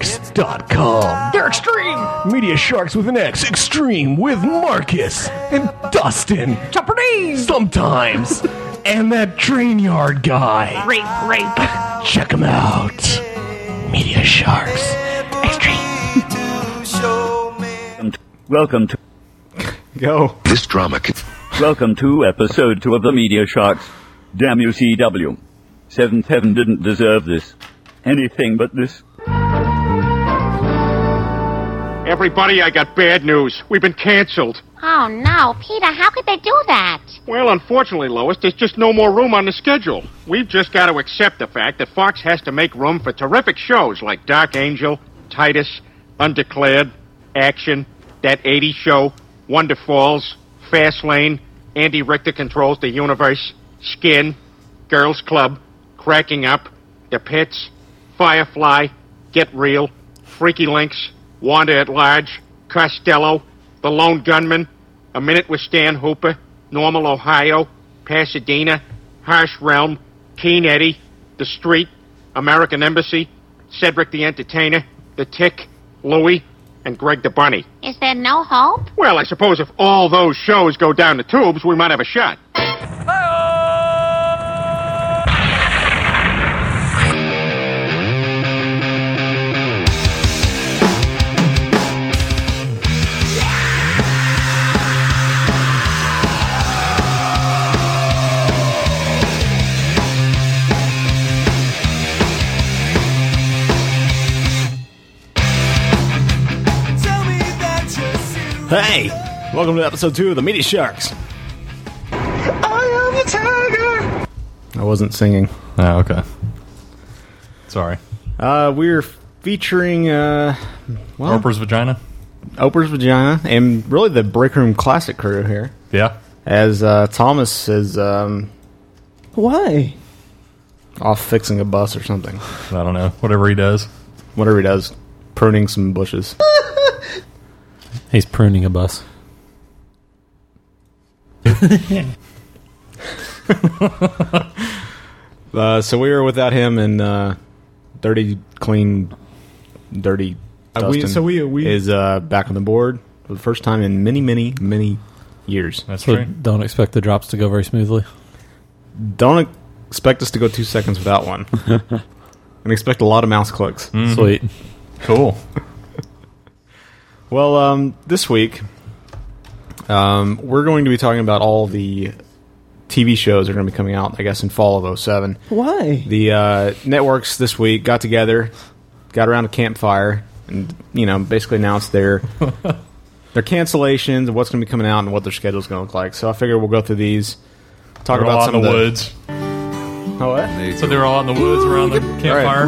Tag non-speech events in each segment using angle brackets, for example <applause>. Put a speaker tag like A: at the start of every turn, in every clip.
A: MediaSharks.com.
B: They're extreme.
A: Media Sharks with an X, Extreme with Marcus and Dustin.
B: Japanese. <laughs>
A: Sometimes. and that train yard guy.
B: Rape, rape.
A: Check him out. Media Sharks.
C: Welcome to
D: Go.
E: This drama can.
C: welcome to episode two of the Media Sharks. Damn you, CW. Seventh Heaven didn't deserve this. Anything but this.
F: Everybody, I got bad news. We've been canceled.
G: Oh no, Peter, how could they do that?
F: Well, unfortunately, Lois, there's just no more room on the schedule. We've just got to accept the fact that Fox has to make room for terrific shows like Dark Angel, Titus, Undeclared, Action, That 80 Show, Wonder Falls, Fastlane, Andy Richter Controls the Universe, Skin, Girls Club, Cracking Up, The Pits, Firefly, Get Real, Freaky Links, Wanda at Large, Costello, The Lone Gunman, A Minute with Stan Hooper, Normal, Ohio, Pasadena, Harsh Realm, Keen Eddie, The Street, American Embassy, Cedric the Entertainer, The Tick, Louie, and Greg the Bunny.
G: Is there no hope?
F: Well, I suppose if all those shows go down the tubes, we might have a shot.
D: Hey, welcome to episode two of the Meaty Sharks. I am a tiger. I wasn't singing.
H: Oh, okay. Sorry.
D: Uh, we're featuring uh, well,
H: Oprah's vagina?
D: Oprah's vagina and really the break room classic crew here.
H: Yeah.
D: As uh, Thomas says, um,
I: Why?
D: off fixing a bus or something,
H: I don't know. Whatever he does.
D: whatever he does, pruning some bushes.
J: He's pruning a bus.
D: Uh, so we were without him and uh, dirty, clean, dirty.
H: Uh, we-
D: Dustin
H: so we- we-
D: is uh, back on the board for the first time in many, many, many years.
H: That's
J: So
H: true.
J: don't expect the drops to go very smoothly.
D: Don't expect us to go two seconds without one, and expect a lot of mouse clicks.
J: Sweet.
H: Cool.
D: <laughs> Well, um, this week um, we're going to be talking about all the TV shows that are going to be coming out, I guess, in fall of 07.
I: Why?
D: the uh, networks this week got together, got around a campfire, and you know basically
H: <laughs>
D: announced their their cancellations and what's going to be coming out and what their schedule's going to look like. So I figure we'll go through these, talk
H: They're
D: about
H: all out
D: some
H: in the
D: of
H: woods.
D: Oh, what?
H: So they were all out in the woods around the campfire.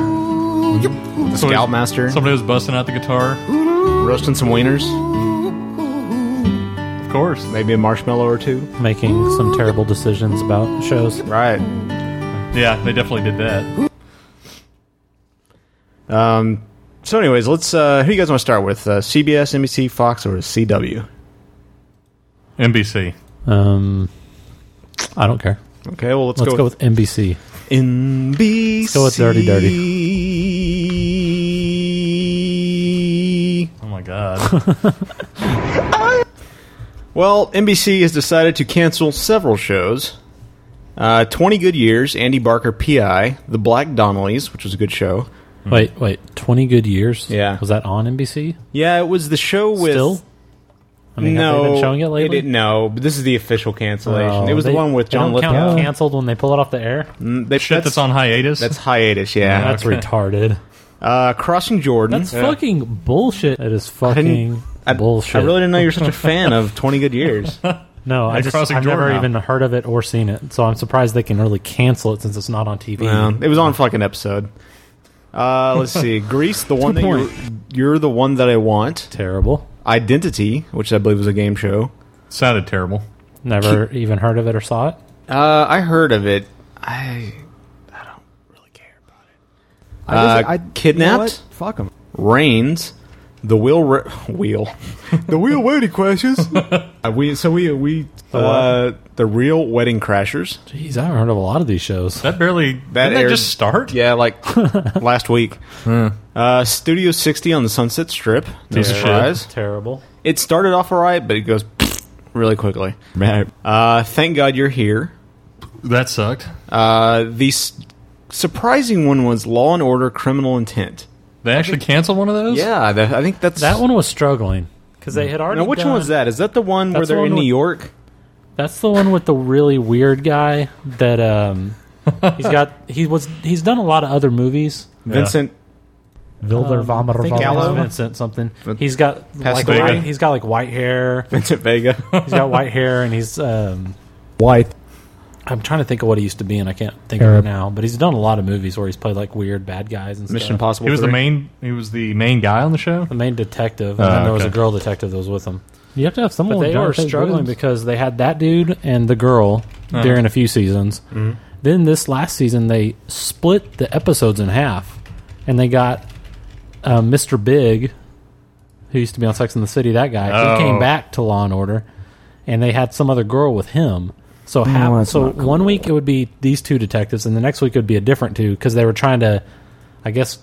D: The Scoutmaster
H: Somebody was busting out the guitar.
D: roasting some wieners,
H: Of course.
D: maybe a marshmallow or two.
J: Making some terrible decisions about shows.
D: Right.
H: Yeah, they definitely did that.
D: So, anyways, let's. Uh, who you guys want to start with? Uh, CBS, NBC, Fox, or CW?
H: NBC.
J: Um, I don't care.
D: Okay, well let's,
J: Let's, go, with, NBC.
D: NBC.
J: go with Dirty
D: Dirty.
H: Oh my god.
D: <laughs> Well, NBC has decided to cancel several shows. Uh, 20 Good Years, Andy Barker, PI, The Black Donnellys, which was a good show.
J: Wait, wait. 20 good years?
D: Yeah.
J: Was that on NBC?
D: Yeah, it was the show with.
J: Still? I mean, have
D: no,
J: they been showing it lately?
D: didn't, no, but this is the official cancellation.
J: Oh,
D: it was
J: they-
D: the one with
J: they
D: John
J: don't count
D: Lithgow.
J: canceled when they pull it off the air?
D: Mm, they-
H: Shit that's on hiatus.
D: That's hiatus, yeah.
J: <laughs> That's retarded.
D: Uh, Crossing Jordan.
J: That's fucking bullshit. It is fucking
D: I,
J: bullshit.
D: I really didn't know you were such a fan of 20 Good
J: <laughs>
D: Years.
J: No, I
H: And
J: just
H: Crossing
J: I've never
H: Jordan.
J: even heard of it or seen it, so I'm surprised they can really cancel it since it's not on TV.
D: Yeah, it was on fucking episode. Uh, let's
J: <laughs>
D: see. Grease, the one that you're, you're the one that I want.
J: Terrible.
D: Identity, which I believe was a game show.
H: Sounded terrible.
J: Never even heard of it or saw it.
D: Uh, I heard of it. I I don't really care about it. Uh,
I: I- you know
D: kidnapped,
I: what? Fuck them.
D: Reigns, the wheel re- <laughs> wheel the wheel wedding crashes. Uh, we so we we uh, the real wedding crashers.
J: Jeez, I haven't heard of a lot of these shows.
H: That barely.
D: That
H: didn't that
D: aired-
H: just start?
D: Yeah, like <laughs> last week. Uh, Studio 60 on the Sunset Strip. No
H: Piece of shit.
D: surprise.
J: Terrible.
D: It started off all right, but it goes <laughs> really quickly. Uh, thank God you're here.
H: That sucked.
D: Uh, the s- surprising one was Law and Order: Criminal Intent.
H: They actually canceled one of those?
D: Yeah, that, I think that's
J: That one was struggling because they had already.
D: Now, which one
J: done-
D: was that? Is that the one where
J: That's the
D: they're
J: one
D: in
J: with-
D: New York?
J: That's the one with the really weird guy that um, he's got. He was he's done a lot of other movies.
D: Vincent
J: Vilder Vomiter
D: think
J: Vomiter-
D: Gallo?
J: Vincent something. He's got like
D: Pasadena?
J: white, he's got like white hair.
D: Vincent
J: <laughs>
D: Vega.
J: He's got white hair and he's um,
D: White.
J: I'm trying to think of what he used to be and I can't think of it now. But he's done a lot of movies where he's played like weird bad guys and
D: Mission
J: stuff.
D: Impossible.
H: He was the
D: 3.
H: main. He was the main guy on the show.
J: The main detective, and then there was a
H: Ah, okay.
J: girl detective that was with him.
B: You have to have someone.
J: But they
B: with
J: were
B: Jonathan
J: struggling
B: Williams.
J: because they had that dude and the girl
H: Uh-huh.
J: during a few seasons.
H: Mm-hmm.
J: Then this last season, they split the episodes in half, and they got uh, Mr. Big, who used to be on Sex and the City. That guy he
H: Oh.
J: came back to Law and Order, and they had some other girl with him. So half,
B: that's
J: so
B: not cool.
J: one week it would be these two detectives, and the next week it would be a different two because they were trying to, I guess,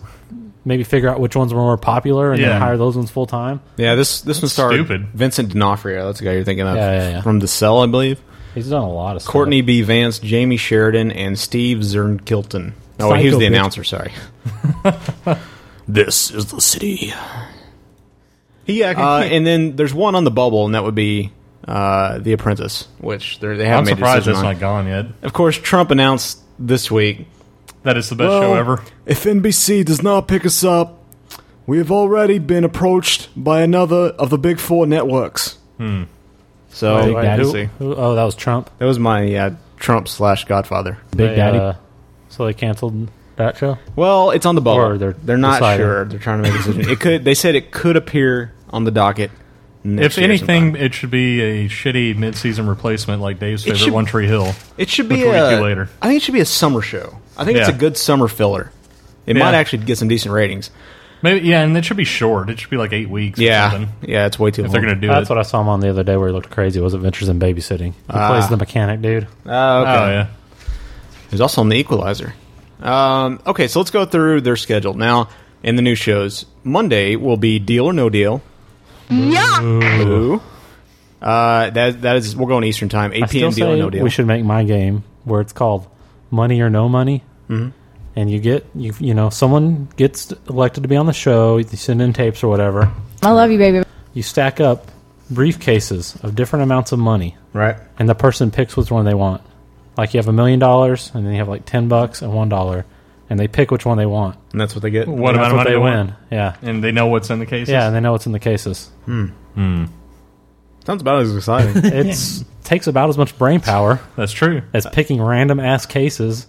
J: maybe figure out which ones were more popular and
H: Yeah.
J: then hire those ones full time.
D: Yeah, this this one starred
H: stupid.
D: Vincent D'Onofrio. That's the guy you're thinking of
J: Yeah, yeah, yeah.
D: from The Cell, I believe.
J: He's done a lot of stuff.
D: Courtney B. Vance, Jamie Sheridan, and Steve Zernkilton. Oh, wait, he was
J: Psycho
D: the
J: bitch.
D: announcer. Sorry. this is the city.
H: He acted.
D: Uh, and then there's one on the bubble, and that would be uh, The Apprentice, which they're- they haven't
H: I'm
D: made a
H: surprised
D: decision
H: that's not
D: on.
H: gone yet.
D: Of course, Trump announced this week
H: That is the best show ever.
D: If NBC does not pick us up, we have already been approached by another of the big four networks. Hmm. So
J: Big Daddy.
D: who-
J: Who- oh, that was Trump.
D: that was my uh, Trump slash Godfather.
J: Big
B: They,
J: Daddy.
B: uh,
J: so they canceled that show.
D: Well, it's on the bubble.
J: Or
D: They're
J: they're
D: they're not
J: deciding.
D: sure. They're trying to make a decision. it could. They said it could appear on the docket.
H: If
D: next year
H: anything,
D: sometime.
H: it should be a shitty mid-season replacement like Dave's favorite
D: should-
H: One Tree Hill.
D: it should be
H: which we'll get
D: a,
H: to later.
D: I think it should be a summer show. I think it's
H: Yeah.
D: a good summer filler. It
H: Yeah.
D: might actually get some decent ratings.
H: Maybe yeah, and it should be short. It should be like eight weeks. or
D: Yeah,
H: something,
D: yeah, it's way too
H: if
D: long.
H: they're gonna do
J: That's
H: it.
J: what I saw him on the other day where he looked crazy. Was Adventures in Babysitting. He
D: Ah.
J: plays the mechanic dude.
D: Oh, okay.
H: oh yeah,
D: There's also on the Equalizer. Um, okay, so let's go through their schedule now. In the new shows, Monday will be Deal or No Deal. Yeah. Uh, that that is we're going Eastern time, 8
J: I
D: p.m.
J: still
D: Deal or
J: say
D: No Deal.
J: we should make my game where it's called Money or No Money.
H: Mm-hmm.
J: And you get you you know someone gets elected to be on the show. You send in tapes or whatever.
E: I love you, baby.
J: You stack up briefcases of different amounts of money,
D: right.
J: and the person picks which one they want. Like you have a million dollars, and then you have like ten bucks and one dollar, and they pick which one they want.
D: And that's what they get.
H: what amount
J: That's
H: of
J: what
H: money
J: they
H: want?
J: win. Yeah.
H: and they know what's in the cases.
J: Yeah, and they know what's in the cases.
D: Sounds about as exciting.
J: It's takes about as much brain power
H: <laughs> that's true.
J: as picking random ass cases.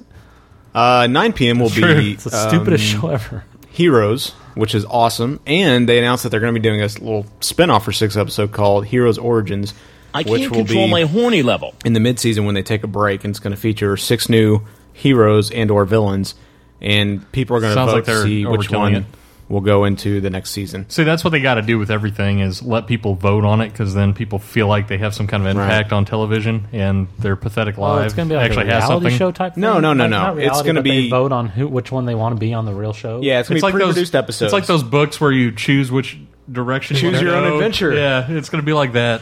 D: uh, 9 p.m. will
H: true.
D: be
J: It's the
D: um,
J: stupidest show ever.
D: Heroes, which is awesome, and they announced that they're going to be doing a little spin-off for six episode called Heroes Origins.
I: I
D: which
I: can't
D: will
I: control
D: be,
I: my horny level.
D: in the midseason when they take a break and it's going to feature six new heroes and or villains and people are going to
H: Sounds
D: vote
H: like
D: to
H: they're
D: see which
H: overkilling
D: one
H: it.
D: will go into the next season
H: See, that's what they got to do with everything is let people vote on it because then people feel like they have some kind of impact on television and their pathetic
J: Well,
H: lives
J: Oh, it's going to be like
H: actually
J: a
H: has
J: reality
H: something.
J: show type. Thing.
D: No, no, no,
J: Like,
D: no.
J: not
D: It's
J: reality,
D: gonna
J: but they
D: be-
J: vote on who which one they want to be on the real show.
D: yeah it's going
H: It's
D: to be
H: like those
D: pre-produced episodes
H: It's like those books where you choose which direction. you
D: Choose
H: wanna
D: your own
H: go.
D: adventure.
H: Yeah, it's going to be like that.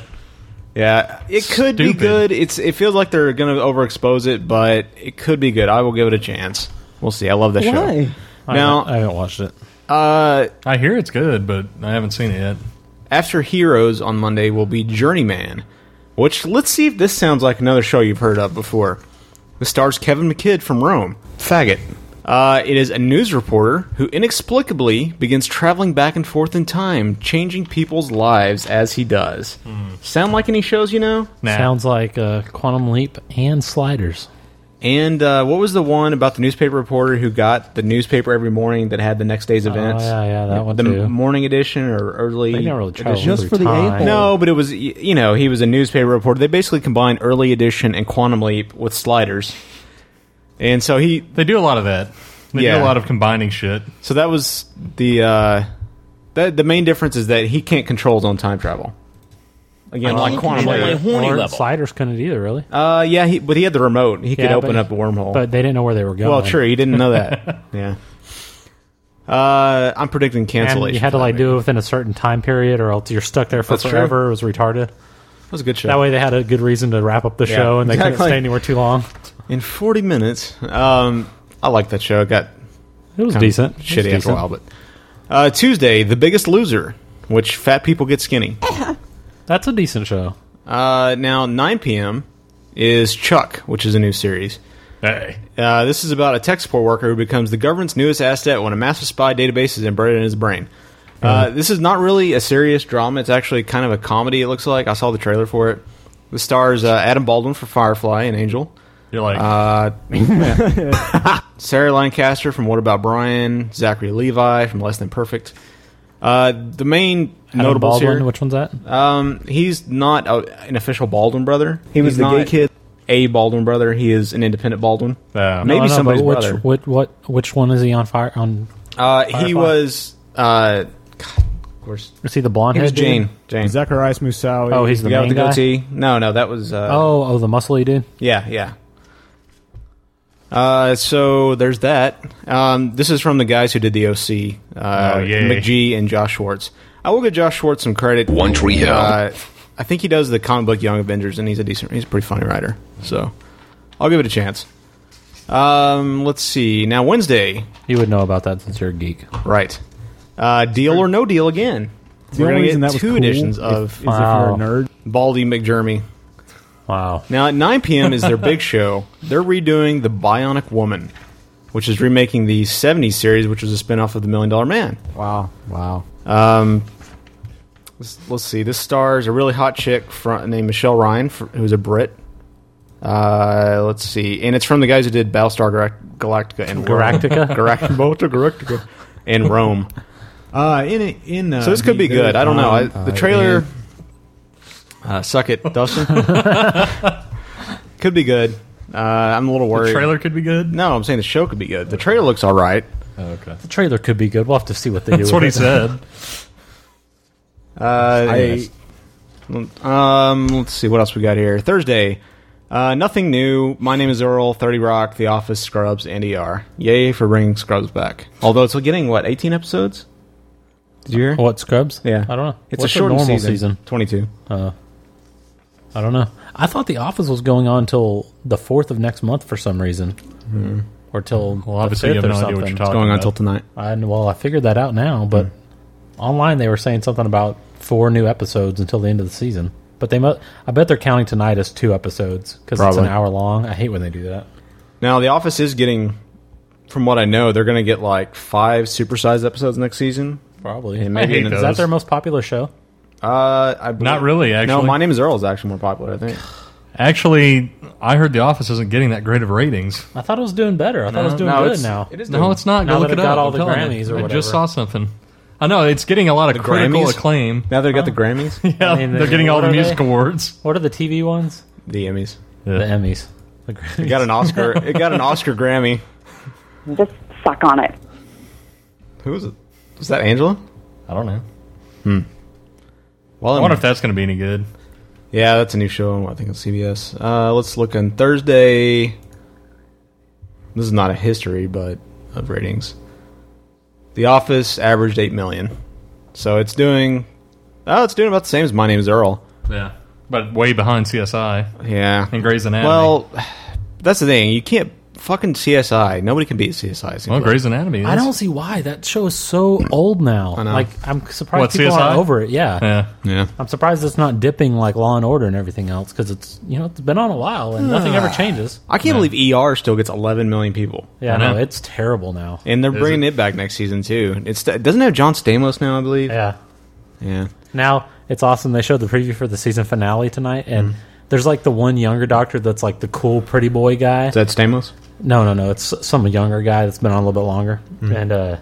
D: yeah it could be
H: Stupid.
D: good it's it feels like they're going to overexpose it but it could be good i will give it a chance we'll see i love that
B: Why?
D: show now
J: I haven't watched it.
D: uh
H: I hear it's good, but I haven't seen it yet.
D: after heroes on monday will be journeyman which let's see if this sounds like another show you've heard of before It stars Kevin McKidd from Rome. Faggot. Uh, it is a news reporter who inexplicably begins traveling back and forth in time, changing people's lives as he does. Sound like any shows you know?
H: Nah.
J: Sounds like uh, Quantum Leap and Sliders.
D: And uh, what was the one about the newspaper reporter who got the newspaper every morning that had the next day's events?
J: Oh, yeah, yeah, that one
D: the
J: too.
D: morning edition or early.
J: They never really travel
D: edition?
B: Just
J: through
B: for the
J: time.
B: eight ball.
D: No, but it was y- you know he was a newspaper reporter. They basically combined early edition and Quantum Leap with sliders, and so he
H: They do a lot of that. They
D: Yeah.
H: do a lot of combining shit.
D: So that was the uh, The, the main difference is that he can't control his own time travel. Again,
B: I
D: like
B: don't
D: quantum
B: control
D: leap.
B: it. horny
J: or
B: level.
J: Sliders couldn't either, really.
D: Uh, yeah, he, but he had the remote. He could
J: Yeah,
D: open
J: but-
D: up a wormhole.
J: But they didn't know where they were going.
D: well, true. He didn't know
J: <laughs>
D: that. yeah. Uh, I'm predicting cancellation.
J: And you had to
D: for that
J: like
D: movie.
J: do it within a certain time period, or else you're stuck there for
D: That's true.
J: forever. It was retarded.
D: That was a good show.
J: That way, they had a good reason to wrap up the
D: Yeah,
J: show, and they couldn't
D: exactly.
J: stay anywhere too long.
D: In 40 minutes, um, I like that show. It got
J: It was decent. It was
D: shitty after a
J: decent.
D: while, but uh, Tuesday, The Biggest Loser, which fat people get skinny.
J: Oh. That's a decent show.
D: Uh, now 9 p.m. is Chuck, which is a new series.
H: Hey.
D: Uh, this is about a tech support worker who becomes the government's newest asset when a massive spy database is embedded in his brain. Uh, this is not really a serious drama. It's actually kind of a comedy. It looks like I saw the trailer for it. The stars uh, Adam Baldwin for Firefly and Angel.
H: You're like,
D: Uh, Sarah Lancaster from What About Brian, Zachary Levi from Less Than Perfect. Uh, the main
J: Adam
D: notables
J: Baldwin,
D: here.
J: Which one's that?
D: Um, he's not a, an official Baldwin brother. He
B: was the gay
D: kid. A Baldwin brother. He is an independent Baldwin.
H: uh,
D: maybe
J: no,
D: somebody's
J: but which,
D: brother.
J: What, what, which one is he on fire? On
D: Uh,
J: Firefly.
D: he was. Uh, God, of course.
J: is he the blonde?
D: He was
J: head dude?
D: Jane. Jane.
B: Zacharias Moussaoui.
J: Oh, he's the,
D: The guy
J: main
D: with the
J: guy.
D: goatee. No, no, that was. Uh,
J: Oh, oh, the muscly dude.
D: Yeah, yeah. Uh, so there's that. Um, this is from the guys who did the OC, uh,
H: Oh, yay.
D: McGee and Josh Schwartz. I will give Josh Schwartz some credit.
E: One Tree Hill.
D: Uh, I think he does the comic book Young Avengers, and he's a decent, he's a pretty funny writer. So I'll give it a chance. Um, let's see. Now Wednesday,
J: You would know about that since you're a geek.
D: right? Uh, deal or No Deal again.
B: The
D: We're
B: only
D: gonna
B: reason
D: get
B: that was
D: two
B: cool
D: editions
B: if-
D: of
B: is if you're
J: Wow.
B: a nerd.
D: Baldy McJermy.
J: Wow.
D: Now at 9 p.m. is
B: <laughs>
D: their big show. They're redoing The Bionic Woman, which is remaking the 70s series, which was a spinoff of The Million Dollar Man.
B: Wow.
J: Wow.
D: Let's, let's see. This stars a really hot chick fr named Michelle Ryan, fr- who's a Brit. Uh, let's see. And it's from the guys who did Battlestar Galact- Galactica and Rome.
J: Galactica?
D: <laughs> Galact- Battlestar Galactica. And Rome.
B: Uh, in in uh,
D: So this could
B: the
D: be good. I don't know. I,
B: other time,
D: the
B: uh,
D: trailer.
B: in-
D: Uh, suck it,
B: <laughs>
D: Dustin. could be good. Uh, I'm a little worried.
H: the trailer could be good.
D: No, I'm saying the show could be good. The trailer looks all right.
H: okay.
J: The trailer could be good. We'll have to see what they do.
H: That's what
J: with
H: he
J: it.
H: said.
D: Uh,
B: I,
D: um, let's see what else we got here. Thursday, uh, nothing new. My name is Earl. Thirty Rock, The Office, Scrubs, and ER. Yay for bringing Scrubs back. Although it's getting what 18 episodes. Did you hear?
J: What Scrubs?
D: Yeah,
J: Oh. I don't know.
D: It's
J: What's
D: a short
J: normal
D: season.
J: season.
D: 22.
J: I don't know. I thought The Office was going on till the fourth of next month for some reason, or till
H: Well, obviously, you
J: the
H: have
J: fifth
H: no
J: or
H: idea what
J: something.
H: you're talking
D: Going on
H: about.
D: till tonight.
J: I kn- well, I figured that out now, but online they were saying something about four new episodes until the end of the season. But they, mu- I bet they're counting tonight as two episodes because it's an
D: Probably.
J: hour long. I hate when they do that.
D: Now The Office is getting, from what I know, they're going to get like five supersized episodes next season.
J: Probably.
D: And maybe
H: hate
D: in the-
J: Is that
H: those.
J: their most popular show?
D: Uh, I believe-
H: Not really,
D: No,
H: actually.
D: My Name Is Earl is actually more popular. I think.
H: Actually, I heard The Office isn't getting that great of ratings.
J: I thought it was doing better. I thought it was doing
D: no,
J: good
D: it's-
J: now.
D: it is
H: No, it's not. Go
J: Now that
H: look
J: it
H: it up.
J: got all
H: I'm
J: the
H: telling
J: Grammys
H: you.
J: or
H: I just
J: whatever.
H: saw something. I know it's getting a lot of critical
D: Grammys?
J: <laughs>
H: acclaim.
D: Now they've got the Grammys,
H: Yeah,
J: mean,
H: they're
J: they-
H: getting all
J: what
H: the
J: are
H: music
J: they?
H: awards.
J: What are the TV ones?
D: the Emmys.
J: The Emmys. The Grammys.
D: It got
H: <laughs>
D: an Oscar. it got an Oscar Grammy.
I: Just suck on it.
D: Who is it? Is that Angela?
H: I don't know.
D: Well,
H: I wonder if that's going to be any good.
D: yeah, that's a new show. on, I think on CBS. Uh, let's look on Thursday. This is not a history, but of ratings. The Office averaged eight million, so it's doing. Oh, it's doing about the same as My Name Is Earl.
H: Yeah, but way behind CSI
D: Yeah.
H: and Grey's Anatomy.
D: Well, <sighs> that's the thing. You can't fucking CSI. Nobody can beat CSI. it seems
H: well
D: like.
H: Grey's Anatomy. Is.
J: I don't see why that show is so old now.
D: know.
J: Like I'm surprised
H: What,
J: people
H: CSI?
J: aren't over it. Yeah.
H: Yeah,
D: Yeah.
J: I'm surprised it's not dipping like Law and Order and everything else because it's you know it's been on a while and nothing ever changes.
D: I can't believe ER still gets 11 million people.
J: Yeah,
H: I
J: no,
H: know.
J: it's terrible now.
D: And they're
H: Is
D: bringing it? back next season too. It's it doesn't it have John Stamos now, I believe.
J: Yeah.
D: Yeah.
J: Now it's awesome. They showed the preview for the season finale tonight, and there's like the one younger doctor that's like the cool pretty boy guy.
D: Is that Stamos?
J: no, no, no. It's some younger guy that's been on a little bit longer, and uh,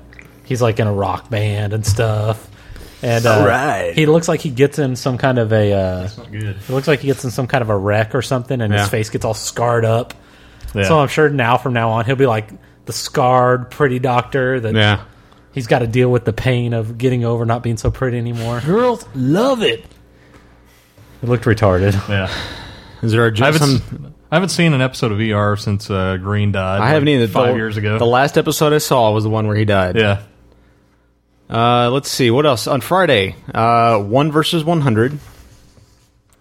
J: he's like in a rock band and stuff. And uh,
B: Alright.
J: he looks like he gets in some kind of a. Uh,
H: it's not good.
J: it looks like he gets in some kind of a wreck or something, and
D: Yeah.
J: his face gets all scarred up.
H: Yeah.
J: So I'm sure now from now on he'll be like the scarred pretty doctor that
D: Yeah.
J: He's got to deal with the pain of getting over not being so pretty anymore. Girls love it. It looked retarded.
H: Yeah.
D: Is there a
H: I haven't,
D: some,
H: s- I haven't seen an episode of ER since uh, Green died.
D: I haven't
H: like,
D: either.
H: Five
D: The-
H: years ago.
D: The last episode I saw was the one where he died.
H: yeah.
D: Uh, let's see what else on Friday. Uh, one versus one hundred.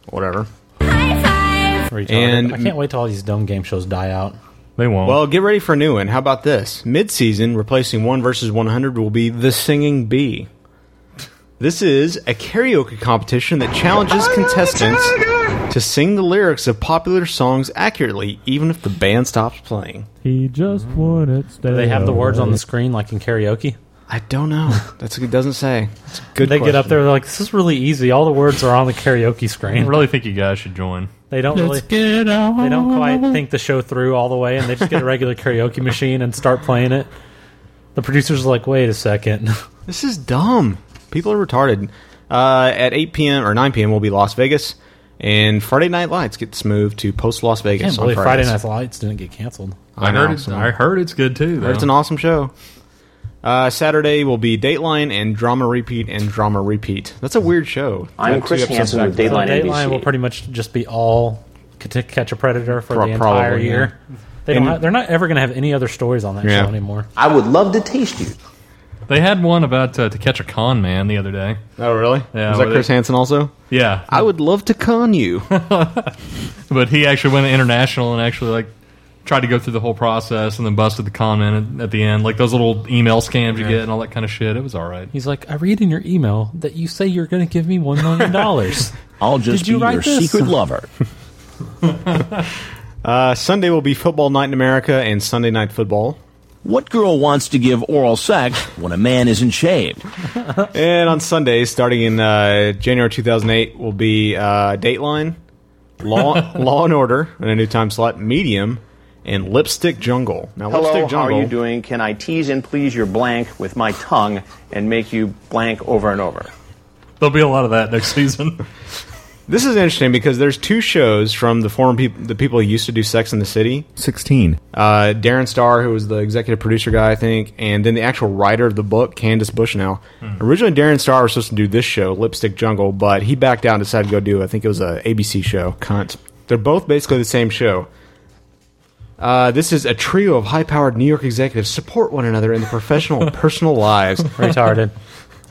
D: Whatever.
J: Retarded. Mm.
D: And-
J: I can't wait till all these dumb game shows die out.
H: They won't.
D: Well, get ready for a new one. How about this? Mid-season, replacing one versus one hundred will be the singing bee. This is a karaoke competition that challenges contestants to sing the lyrics of popular songs accurately, even if the band stops playing.
E: He just wanted stay.
J: Do they have the words on the screen like in karaoke?
D: I don't know. That's it doesn't say. It's a good.
J: They get up
D: question.
J: there, they're like, "This is really easy. All the words are on the karaoke
H: I
J: <laughs> screen."
H: really think you guys should join.
J: They don't really,
E: Get out.
J: they don't quite think the show through all the way, and they just get a regular karaoke machine and start playing it. The producers are like, "Wait a second,
D: This is dumb. People are retarded. Uh, at 8 p.m. or 9 p.m. will be Las Vegas, and Friday Night Lights gets moved to post Las
J: <laughs> can't
D: Vegas on
J: believe Friday
D: Fridays.
J: Night Lights didn't get canceled."
H: I,
D: know,
H: heard it,
D: so-
H: I heard it's good too. Though.
D: It's an awesome show. Uh, Saturday will be Dateline and Drama Repeat and Drama Repeat. That's a weird show.
K: I'm Chris Hansen with
J: So
K: Dateline
J: Dateline
K: NBC.
J: will pretty much just be all to catch a predator for
D: Pro-
J: the entire
D: probably, yeah.
J: year. They don't
D: And-
J: have, they're not ever going to have any other stories on that
D: Yeah.
J: show anymore.
K: I would love to taste you.
H: They had one about uh, to catch a con man the other day.
D: Oh, really?
H: Yeah,
D: Is that
H: well,
D: Chris
H: they-
D: Hansen also?
H: Yeah,
D: I would love to con you.
H: but he actually went international and actually like tried to go through the whole process and then busted the con man at, at the end, like those little email scams you get and all that kind of shit. It was all right.
J: He's like, I read in your email that you say you're going to give me one million dollars.
A: I'll just
J: Did you
A: be
J: write
A: your
J: this?
A: secret lover.
D: uh, Sunday will be Football Night in America and Sunday Night Football.
A: What girl wants to give oral sex when a man isn't shaved?
D: And on Sundays, starting in uh, January 2008, will be uh, Dateline,
K: <laughs>
D: Law, Law and Order, in a new time slot, Medium, and Lipstick Jungle. Now,
K: Hello,
D: Lipstick
K: how are
D: Jungle.
K: you doing? Can I tease and please your blank with my tongue and make you blank over and over?
H: <laughs> There'll be a lot of that next season.
D: This is interesting because there's two shows from the former people, the people who used to do Sex in the City.
B: 16.
D: Uh, Darren Starr, who was the executive producer guy, I think, and then the actual writer of the book, Candace Bushnell.
H: Hmm.
D: Originally, Darren Starr was supposed to do this show, Lipstick Jungle, but he backed out and decided to go do, I think it was a ABC show. Cunt. They're both basically the same show. Uh, this is a trio of high-powered New York executives support one another in their professional
H: <laughs>
D: and personal lives.
J: <laughs> Retarded.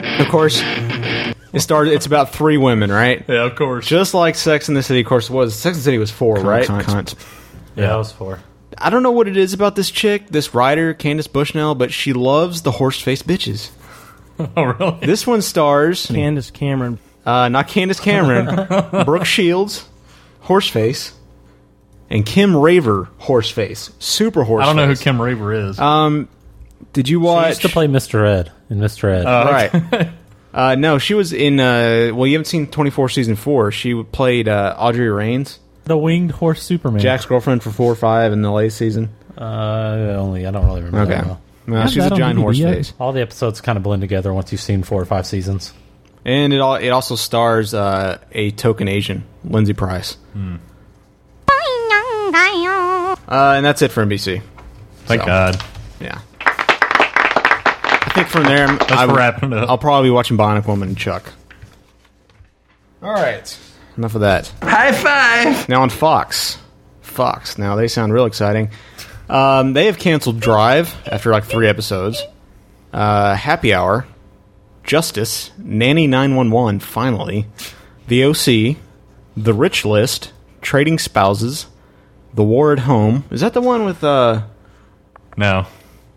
D: Of course, it started. It's about three women, right?
H: yeah, of course.
D: Just like Sex in the City, of course, was Sex in the City was four, right?
J: Yeah, that was for.
D: I don't know what it is about this chick, this writer, Candace Bushnell, but she loves the horse faced bitches.
H: <laughs> oh, really?
D: This one stars
E: Candace Cameron.
D: uh, not
H: <laughs>
D: Candace Cameron, Brooke Shields, Horseface, and Kim Raver, Horseface, super horseface.
H: I don't know who Kim Raver is.
J: Uh,
D: Did you
J: He
D: watch?
J: used to play Mr. Ed in Mr. Ed.
D: right.
H: <laughs>
D: Uh, no, she was in. Uh, well, you haven't seen twenty four season four. She played uh, Audrey Rains,
J: the winged horse Superman.
D: Jack's girlfriend for four or five in the last season.
J: Uh, only I don't really
E: Oh,
J: remember.
D: Okay,
J: That well.
D: no, she's a
E: that on
D: giant
E: DVD yet?
D: horseface.
J: All the episodes kind of blend together once you've seen four or five seasons.
D: And it all it also stars uh, a token Asian, Lindsay Price. Uh, and that's it for NBC.
H: Thank
D: so.
H: God.
D: Yeah. I think from there, I'm,
H: That's
D: I,
H: for wrapping it up.
D: I'll probably be watching Bionic Woman and Chuck. All right. Enough of that. High five. Now on Fox. Fox. Now they sound real exciting. Um, they have canceled Drive after like three episodes. Uh, Happy Hour. Justice. Nanny 911. Finally. The OC. The Rich List. Trading Spouses. The War at Home. Is that the one with. Uh,
H: no.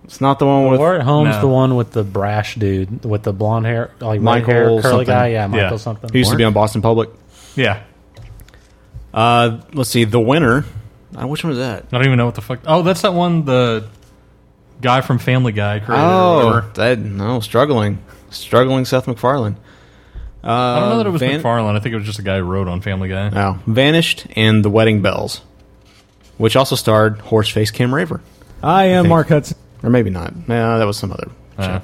D: it's not the one with.
J: Or at home's
H: No.
J: the one with the brash dude with the blonde hair, like red
D: Michael
J: hair, curly
D: something.
J: guy. Yeah, Michael
H: Yeah.
J: something.
D: He used to be on Boston Public.
H: Yeah.
D: Uh, let's see, The Winner. Uh, which one was that?
H: I don't even know what the fuck. Oh, that's that one the guy from Family Guy created. or
D: Oh,
H: whatever.
D: that no, struggling, struggling. Seth MacFarlane. Uh,
H: I don't know
J: um,
H: that it was
D: Van-
H: McFarlane. I think it was just a guy who wrote on Family Guy.
D: Oh, Vanished and The Wedding Bells, which also starred Horseface Kim Raver,
E: I am Mark Hudson.
D: or maybe not. No, that was some other.
H: Uh,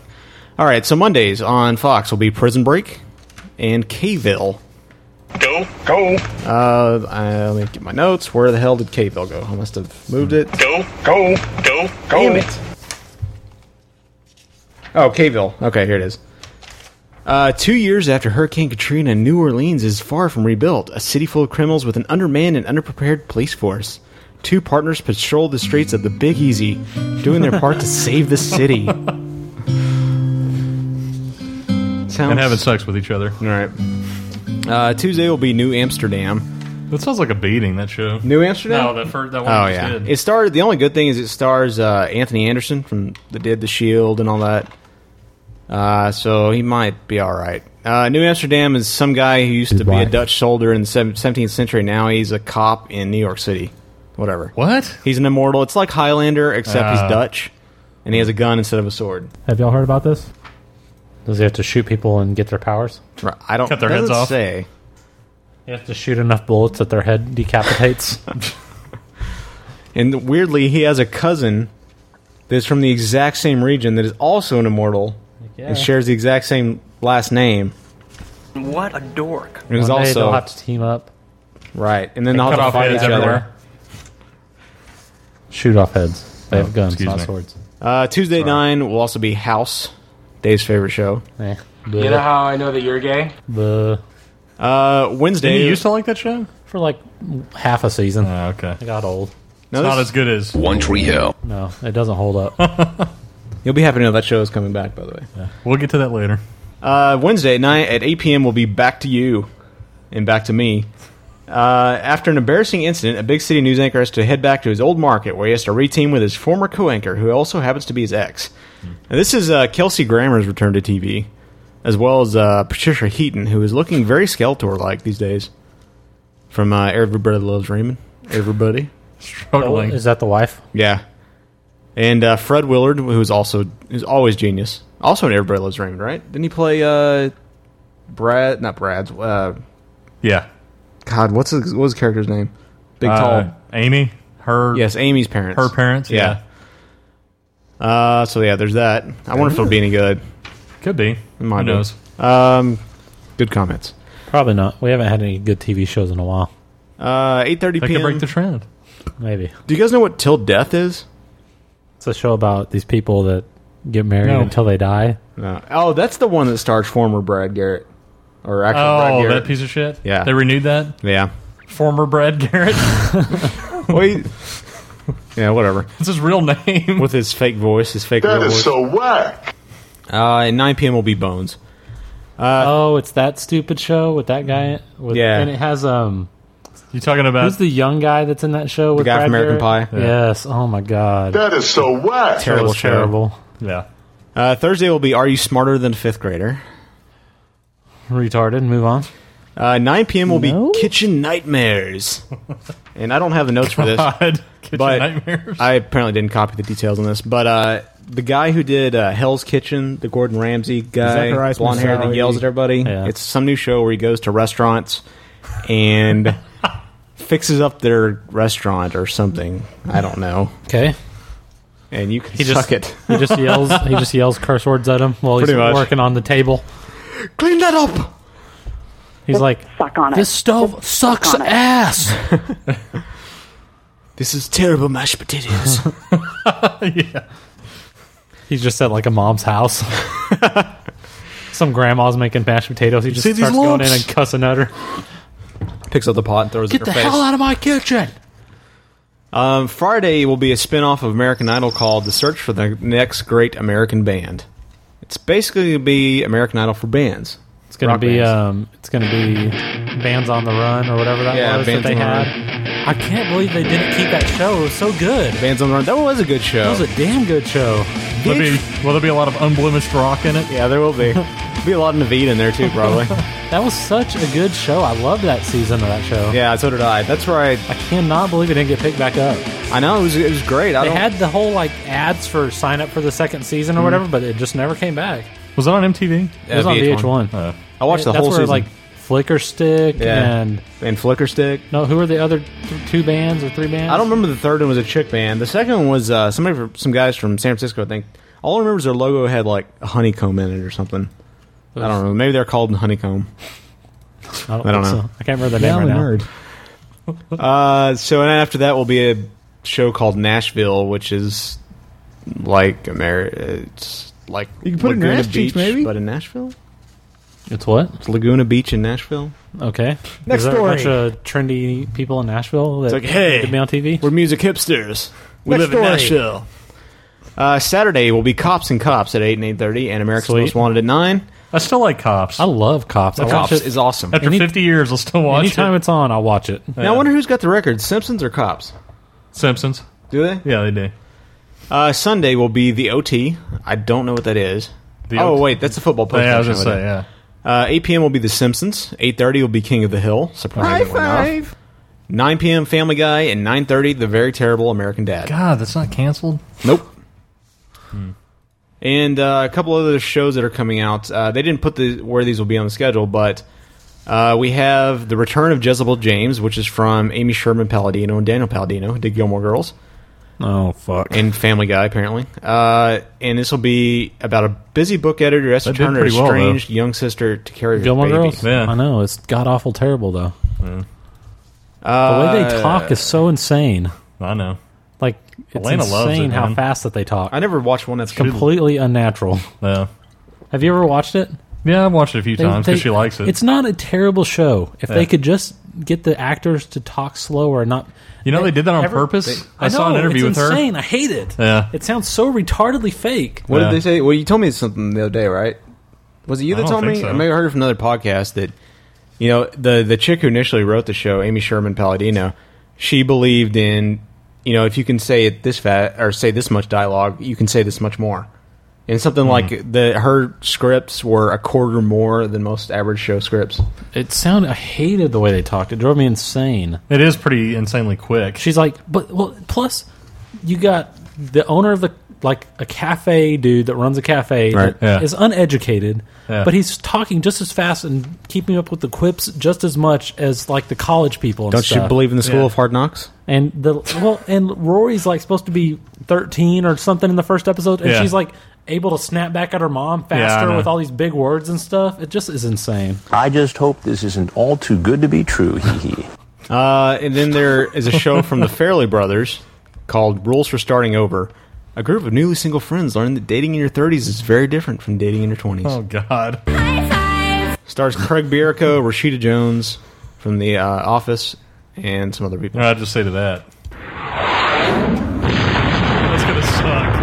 D: All right, so Mondays on Fox will be Prison Break and Kville.
F: Go, go,
D: Uh, I, let me get my notes. Where the hell did Kville go? I must have moved it.
F: go, go, go, go.
D: Damn it. Oh, Kville. Okay, here it is. Uh, two years after Hurricane Katrina, New Orleans is far from rebuilt. A city full of criminals with an undermanned and underprepared police force. Two partners patrol the streets of the Big Easy, doing their part to save the city. Sounds...
H: And having sex with each other. All
D: right. Uh, Tuesday will be New Amsterdam.
H: That sounds like a beating. That show.
D: New Amsterdam.
H: No, that first that one
D: oh
H: was
D: yeah.
H: good.
D: It started. The only good thing is it stars uh, Anthony Anderson from the did the Shield and all that. Uh, so he might be all right. Uh, New Amsterdam is some guy who used to be a Dutch soldier in the sev- 17th century. Now he's a cop in New York City. Whatever.
H: What?
D: He's an immortal. It's like Highlander, except
J: Ah.
H: Uh,
D: he's Dutch, and he has a gun instead of a sword.
J: Have y'all heard about this? Does he have to shoot people and get their powers?
D: I don't.
J: Cut their heads
D: doesn't
J: off.
D: Say.
J: He has to shoot enough bullets that their head
D: <laughs>
J: decapitates.
D: And weirdly, he has a cousin that's from the exact same region that is also an immortal
L: yeah.
D: and shares the exact same last name.
L: What a dork.
D: And is
J: One day
D: also
J: they'll have to team up.
D: Right, and then
J: They
D: they'll have
J: cut
D: to
J: off
D: fight each
J: heads
D: other.
J: everywhere. Shoot off heads. They have guns,
D: Oh, excuse
J: not
D: me.
J: swords.
D: Uh, Tuesday nine will also be House, Dave's favorite show.
L: You know how I know that you're gay?
J: The
D: uh, Wednesday.
J: Didn't you used
H: to like that show Ah,
J: for like half a season.
D: Uh.
H: okay,
J: I got old.
D: No, It's not this- as
H: good as
D: One Tree Hill.
J: No, it doesn't hold
D: <laughs>
J: up.
D: You'll be happy to know that show is coming back. By the way,
H: we'll get to that later.
D: Uh, Wednesday night at 8 p.m. will be back to you and back to me. Uh, after an embarrassing incident, a big city news anchor has to head back to his old market where he has to reteam with his former co anchor, who also happens to be his ex. Now, this is uh, Kelsey Grammer's return to TV, as well as uh, Patricia Heaton, who is looking very Skeletor like these days from uh, Everybody Loves Raymond. Everybody.
H: Struggling.
J: Is that the wife?
D: Yeah. And uh, Fred Willard, who's also who's always genius, also in Everybody Loves Raymond, right? Didn't he play uh, Brad? Not Brad's. Uh,
H: yeah.
D: God, what's his, what was the character's name? Big
H: Uh,
D: tall
H: Amy. Her
D: yes, Amy's parents.
H: Her parents. Yeah.
D: Uh, so yeah, there's that. I wonder if it'll be any good.
H: Could be.
D: It might
H: Who
D: be.
H: knows?
D: Um, good comments.
J: Probably not. We haven't had any good TV shows in a while.
D: Uh, eight thirty
J: They
D: p.m.
J: could break the trend. Maybe.
D: Do you guys know what Till Death is?
J: It's a show about these people that get married
D: No.
J: until
D: <laughs>
J: they die. <laughs>
D: No. Oh, that's the one that stars former Brad Garrett, or actual Brad
H: Oh,
D: Garrett.
H: that piece of shit.
D: Yeah.
H: They renewed that.
D: Yeah.
H: Former Brad Garrett.
D: Wait. <laughs> Yeah, whatever.
H: That's his real name.
D: With his fake voice, his fake. real voice.
A: whack.
D: Uh, and 9 p.m. will be Bones.
J: oh, it's that stupid show with that guy. With,
D: Yeah.
J: and it has um.
H: You talking about
J: who's the young guy that's in that show? With
D: guy from
J: Brad
D: American
J: Garrett?
D: Pie? Yeah.
J: Yes. Oh my god.
A: is so whack.
J: Terrible show. Terrible.
H: Yeah.
D: Uh, Thursday will be Are You Smarter Than a Fifth Grader?
J: Retarded. Move on.
D: Uh, 9 p.m. will be
H: <laughs>
D: Kitchen Nightmares. and I don't have the notes for this.
H: God. Kitchen
D: but
H: Nightmares.
D: I apparently didn't copy the details on this. But uh, the guy who did uh, Hell's Kitchen, the Gordon Ramsay guy,
B: Zacharias
D: blonde hair that
B: Moussaoui.
D: yells at everybody, it's some new show where he goes to restaurants <laughs> and fixes up their restaurant or something. I don't know.
J: Okay.
D: And you can
J: He just
D: suck it.
J: he just yells. He just yells curse words at him while
D: Pretty
J: he's
D: much.
J: working on the table.
D: Clean that up.
J: He's like, <laughs> this stove sucks ass.
D: This is terrible mashed potatoes.
H: <laughs> yeah.
J: He's just at like a mom's house. <laughs> Some grandma's making mashed potatoes. He just
H: See these
J: starts going in
H: lumps?
J: and cussing at her.
D: <laughs> Picks up the pot and throws it
J: Get
D: in
J: the
D: her face.
J: hell out of my kitchen.
D: Um, Friday will be a spin-off of American Idol called The Search for the Next Great American Band. It's basically going to be American Idol for bands.
J: It's going
D: Rock
J: to be
D: bands.
J: um, it's going to be bands on the run or whatever that
D: Yeah,
J: was that
D: Bands
J: they
D: on the
J: had. I can't believe they didn't keep that show. It was so good.
D: Bands on the run. That was a <laughs> good show.
J: That was a damn good show.
H: Will there, be, will there be a lot of unblemished rock in it?
D: Yeah, there will be. be a lot of Naveed in there too, <laughs> probably.
J: That was such a good show. I loved that season of that show.
D: yeah, so did I. That's right.
J: I cannot believe it didn't get picked back up.
D: I know it was, it was great. I
J: they
D: don't,
J: had the whole like ads for sign up for the second season or
D: Mhm.
J: whatever, but it just never came back.
H: Was it on MTV?
J: It was on VH1.
H: Oh.
D: I watched the
J: That's
D: whole
J: where,
D: season.
J: Like Flicker Stick
D: Yeah.
J: and
D: and Flicker Stick.
J: no, who are the other th- two bands or three bands?
D: I don't remember the third one was a chick band. The second one was uh, somebody from some guys from San Francisco. I think all I remember is their logo had like a honeycomb in it or something. I don't know. Maybe they're called honeycomb.
J: I don't,
D: I don't
J: think
D: know.
J: so. I can't remember the name right now.
D: <laughs> Uh, so and after that will be a show called Nashville, which is like Ameri- it's like
B: You can put it in
D: Laguna
B: your ass cheeks,
D: Beach,
B: maybe.
D: but in Nashville.
J: It's what?
D: It's Laguna Beach in Nashville.
J: Okay.
D: Next
J: Is there
D: story.
J: A bunch of trendy people in Nashville that
D: It's like, hey,
J: need to be on TV.
D: We're music hipsters. We
J: Next
D: live in
J: story.
D: Nashville. Uh, Saturday will be Cops and Cops at eight and eight thirty, and America's
J: Sweet.
D: Most Wanted at nine.
H: I still like Cops. I
J: love Cops. I
D: Cops
J: watch it-
D: is awesome.
H: After 50 years, I'll still watch
J: Anytime
H: it.
J: it's on, I'll watch it.
D: Now I wonder who's got the record: Simpsons or Cops?
H: Simpsons.
D: Do they?
H: Yeah, they do.
D: Uh, Sunday will be the OT. I don't know what that is.
H: The
D: oh
H: OT.
D: wait, that's the football player.
H: Yeah, I was gonna say, yeah.
D: Uh, 8 p.m. will be The Simpsons. 8:30 will be King of the Hill. Surprisingly enough. 9 p.m. Family Guy and 9:30 The Very Terrible American Dad.
H: God, that's not canceled.
D: Nope. And uh, a couple other shows that are coming out. Uh, they didn't put the where these will be on the schedule, but uh, we have the return of Jezebel James, which is from Amy Sherman Palladino and Daniel Palladino, who did Gilmore Girls.
J: Oh fuck!
D: And Family Guy apparently. Uh, and this will be about a busy book editor who has to
J: That did
D: turn her
J: pretty well, though.
D: estranged young sister to carry her
J: Gilmore
D: baby.
J: Girls. I know it's god awful terrible though.
D: Uh,
J: the way they talk is so insane.
H: I know.
J: Like it's
H: Elena
J: insane
H: loves it,
J: how
H: man.
J: fast that they talk.
D: I never watched one that's
J: completely unnatural.
H: Yeah.
J: Have you ever watched it?
H: Yeah, I've watched it a few
J: They-
H: times
J: they-
H: because she likes it.
J: It's not a terrible show. If
H: Yeah.
J: they could just get the actors to talk slower, and not
H: You know, they did that on purpose? I saw an
J: know,
H: interview
J: it's
H: with her.
J: Insane. I hate it.
H: Yeah.
J: It sounds so retardedly fake.
D: What did they say? Well, you told me something the other day, right? Was it you
J: I
D: that
J: don't
D: told
J: think
D: me?
J: so.
D: Or maybe I heard it from another podcast that you know the the chick who initially wrote the show, Amy Sherman Palladino, she believed in you know if you can say it this fat or say this much dialogue, you can say this much more. And
J: Hmm.
D: something like the her scripts were a quarter more than most average show scripts.
J: It sounded. I hated the way they talked. It drove me insane.
H: It is pretty insanely quick.
J: She's like, but well, plus you got the owner of the like a cafe dude that runs a cafe
H: Right.
J: that
H: Yeah.
J: is uneducated,
H: Yeah.
J: but he's talking just as fast and keeping up with the quips just as much as like the college people. And
D: Don't you
J: stuff.
D: believe in the school of hard knocks?
J: And the well, and Rory's like supposed to be thirteen or something in the first episode, and
D: Yeah.
J: she's like able to snap back at her mom
M: Yeah, I
J: faster
M: know.
J: with all these big words and stuff. It just is insane.
M: I just hope this isn't all too good to be true. Hee hee.
D: Uh, and then there is a show from the Fairley Brothers called Rules for Starting Over. A group of newly single friends learn that dating in your 30s is very different from dating in your 20s.
H: Oh, God.
D: Stars Craig Bierko, Rashida Jones from The uh, Office, and some other people.
H: I'd just say to that. That's going to suck.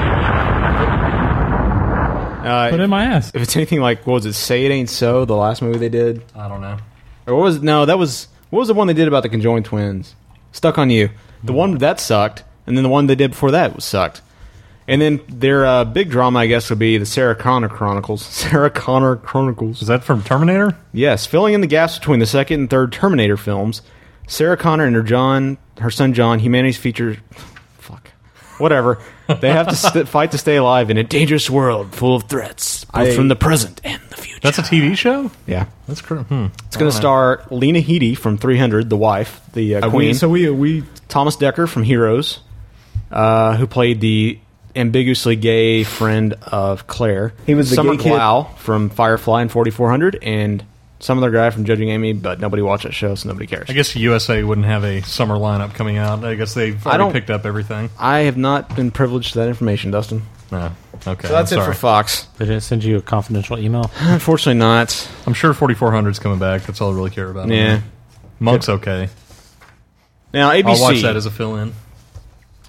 D: Uh,
H: Put it in my ass.
D: If it's anything like, what was it, Say It Ain't So, the last movie they did?
H: I don't know.
D: Or what was, no, that was, what was the one they did about the conjoined twins? Stuck on You. The one that sucked, and then the one they did before that was sucked. And then their uh, big drama, I guess, would be the Sarah Connor Chronicles. <laughs> Sarah Connor Chronicles. Is
H: that from Terminator?
D: Yes, filling in the gaps between the second and third Terminator films. Sarah Connor and her John, her son John, humanity's feature, <laughs> fuck, whatever. They
H: <laughs>
D: have to st- fight to stay alive in a dangerous world full of threats, both
H: I-
D: from the present and the future.
H: That's a TV show?
D: Yeah.
H: That's cr- hmm.
D: It's going to star Lena Headey from 300, the wife, the uh,
B: Uh, we-
D: queen.
B: so
D: we we Thomas Decker from Heroes, uh, who played the ambiguously gay friend of Claire.
N: He was the
D: Summer
N: gay kid.
D: Glau from Firefly and 4400, and some other guy from Judging Amy, but nobody watched that show, so nobody cares.
H: I guess USA wouldn't have a summer lineup coming out. I guess they've
D: I
H: already
D: don't-
H: picked up everything.
D: I have not been privileged to that information, Dustin.
H: No. Okay.
D: So that's
H: I'm
D: it for
H: sorry.
D: Fox.
J: They didn't send you a confidential email.
D: Unfortunately, not.
H: I'm sure 4400's coming back. That's all I really care about.
D: Yeah.
H: Monk's okay.
D: Now, ABC.
H: I'll watch that as a fill in.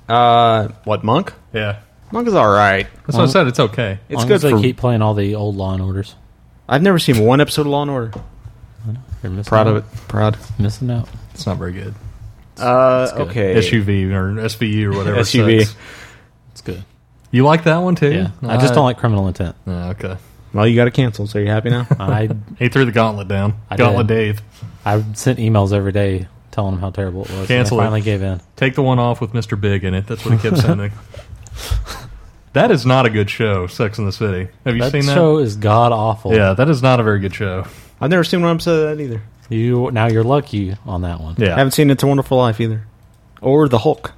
D: Uh, what, Monk?
H: Yeah.
D: Monk is all right.
H: That's what I said. It's okay.
D: It's good
J: As they
D: for-
J: keep playing all the old Law and Orders.
D: I've never seen one episode of Law and Order.
J: You're missing
D: Proud
J: out.
D: of it. Proud.
J: Missing out.
H: It's not very good.
D: Uh,
H: good.
D: okay.
H: SUV or SVU or whatever.
D: SUV.
H: sucks. It's good. You like that one too?
J: Yeah. I just don't like criminal intent.
H: okay.
D: Well, you got to cancel, so you happy now?
J: I
H: he threw the gauntlet down.
J: I
H: gauntlet
J: did.
H: Dave.
J: I sent emails every day telling them how terrible it was.
H: Cancel it.
J: and I finally gave in.
H: Take the one off with Mr. Big in it. That's what he
J: <laughs>
H: kept sending. that is not a good show, Sex in the City. Have you
J: that
H: seen that?
J: show is god awful.
H: Yeah, that is not a very good show.
D: <laughs> I've never seen one episode of that either.
J: You now you're lucky on that one.
H: Yeah.
D: Haven't seen It's a Wonderful Life either. Or The Hulk.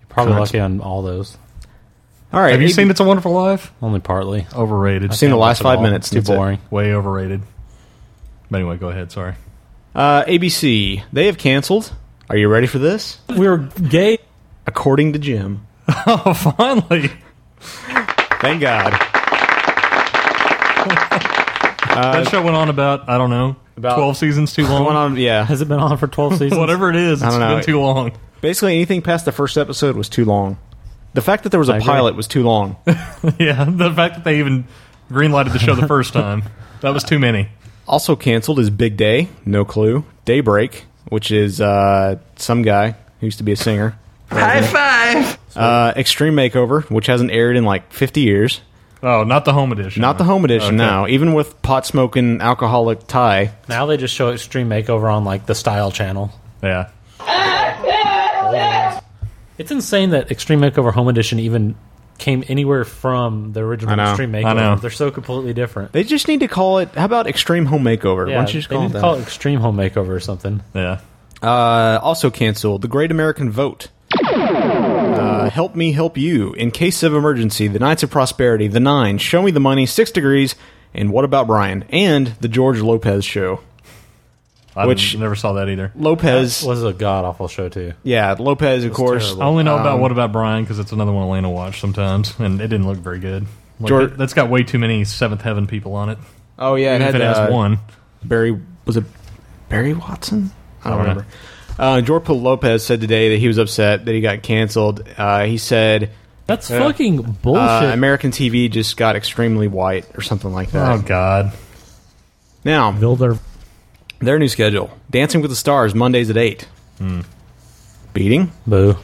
J: You're probably
D: Correct.
J: lucky on all those.
D: All right.
H: Have you
D: AB
H: seen It's a Wonderful Life?
J: Only partly.
H: Overrated.
D: I've seen the last five minutes.
J: Too
D: That's it.
J: boring.
H: Way overrated. But anyway, go ahead. Sorry. <laughs>
D: Uh, ABC. They have canceled. Are you ready for this?
J: We're gay.
D: According to Jim.
H: oh, finally.
D: Thank God.
H: that show went on about I don't know
D: Uh, About-
H: twelve seasons too long. <laughs>
D: <laughs> Went on- yeah,
J: has it been on for twelve seasons?
H: Whatever it is,
D: I
H: it's
D: don't know.
H: been too long.
D: Basically, anything past the first episode was too long. The fact that there was a
H: I agree.
D: pilot was too <laughs> long.
H: <laughs> yeah, the fact that they even greenlighted the show the first time that was too many.
D: Also canceled is Big Day, no clue. Daybreak, which is uh, some guy who used to be a singer.
L: High five.
D: Uh, Extreme Makeover, which hasn't aired in like 50 years.
H: Oh, not the home edition.
D: Not the home edition,
J: Okay.
D: no. Even with pot smoking alcoholic Ty.
J: Now they just show Extreme Makeover on like the Style Channel.
H: Yeah.
J: It's insane that Extreme Makeover Home Edition even came anywhere from the original
D: I know.
J: Extreme Makeover.
D: I know.
J: They're so completely different.
D: They just need to call it. How about Extreme Home Makeover?
J: Yeah,
D: Why don't you just
J: they
D: call
J: need
D: it
J: to
D: that?
J: call it Extreme Home Makeover or something.
H: Yeah.
D: Uh, also canceled. The Great American Vote. Uh, help me help you. In case of emergency, the Knights of Prosperity, the Nine, Show Me the Money, Six Degrees, and What About Brian? And the George Lopez Show.
H: I
D: Which-
H: never saw that either.
D: Lopez
J: was a god awful show too.
D: Yeah, Lopez, of course.
H: I only know about
D: Um,
H: what about Brian because it's another one Elena watched sometimes, and it didn't look very good. Like,
D: George-
H: that- that's got way too many Seventh Heaven people on it.
D: Oh yeah,
H: Even if
D: it had
H: it has
D: uh,
H: one.
D: Barry was it Barry Watson? I don't
H: I don't know.
D: remember. Uh, Jorpil Lopez said today that he was upset that he got canceled. Uh, he said,
J: "That's fucking bullshit."
D: American TV just got extremely white or something like that.
H: Oh, God.
D: Now
J: Builder.
D: their new schedule: Dancing with the Stars Mondays at eight. Beating
J: boo.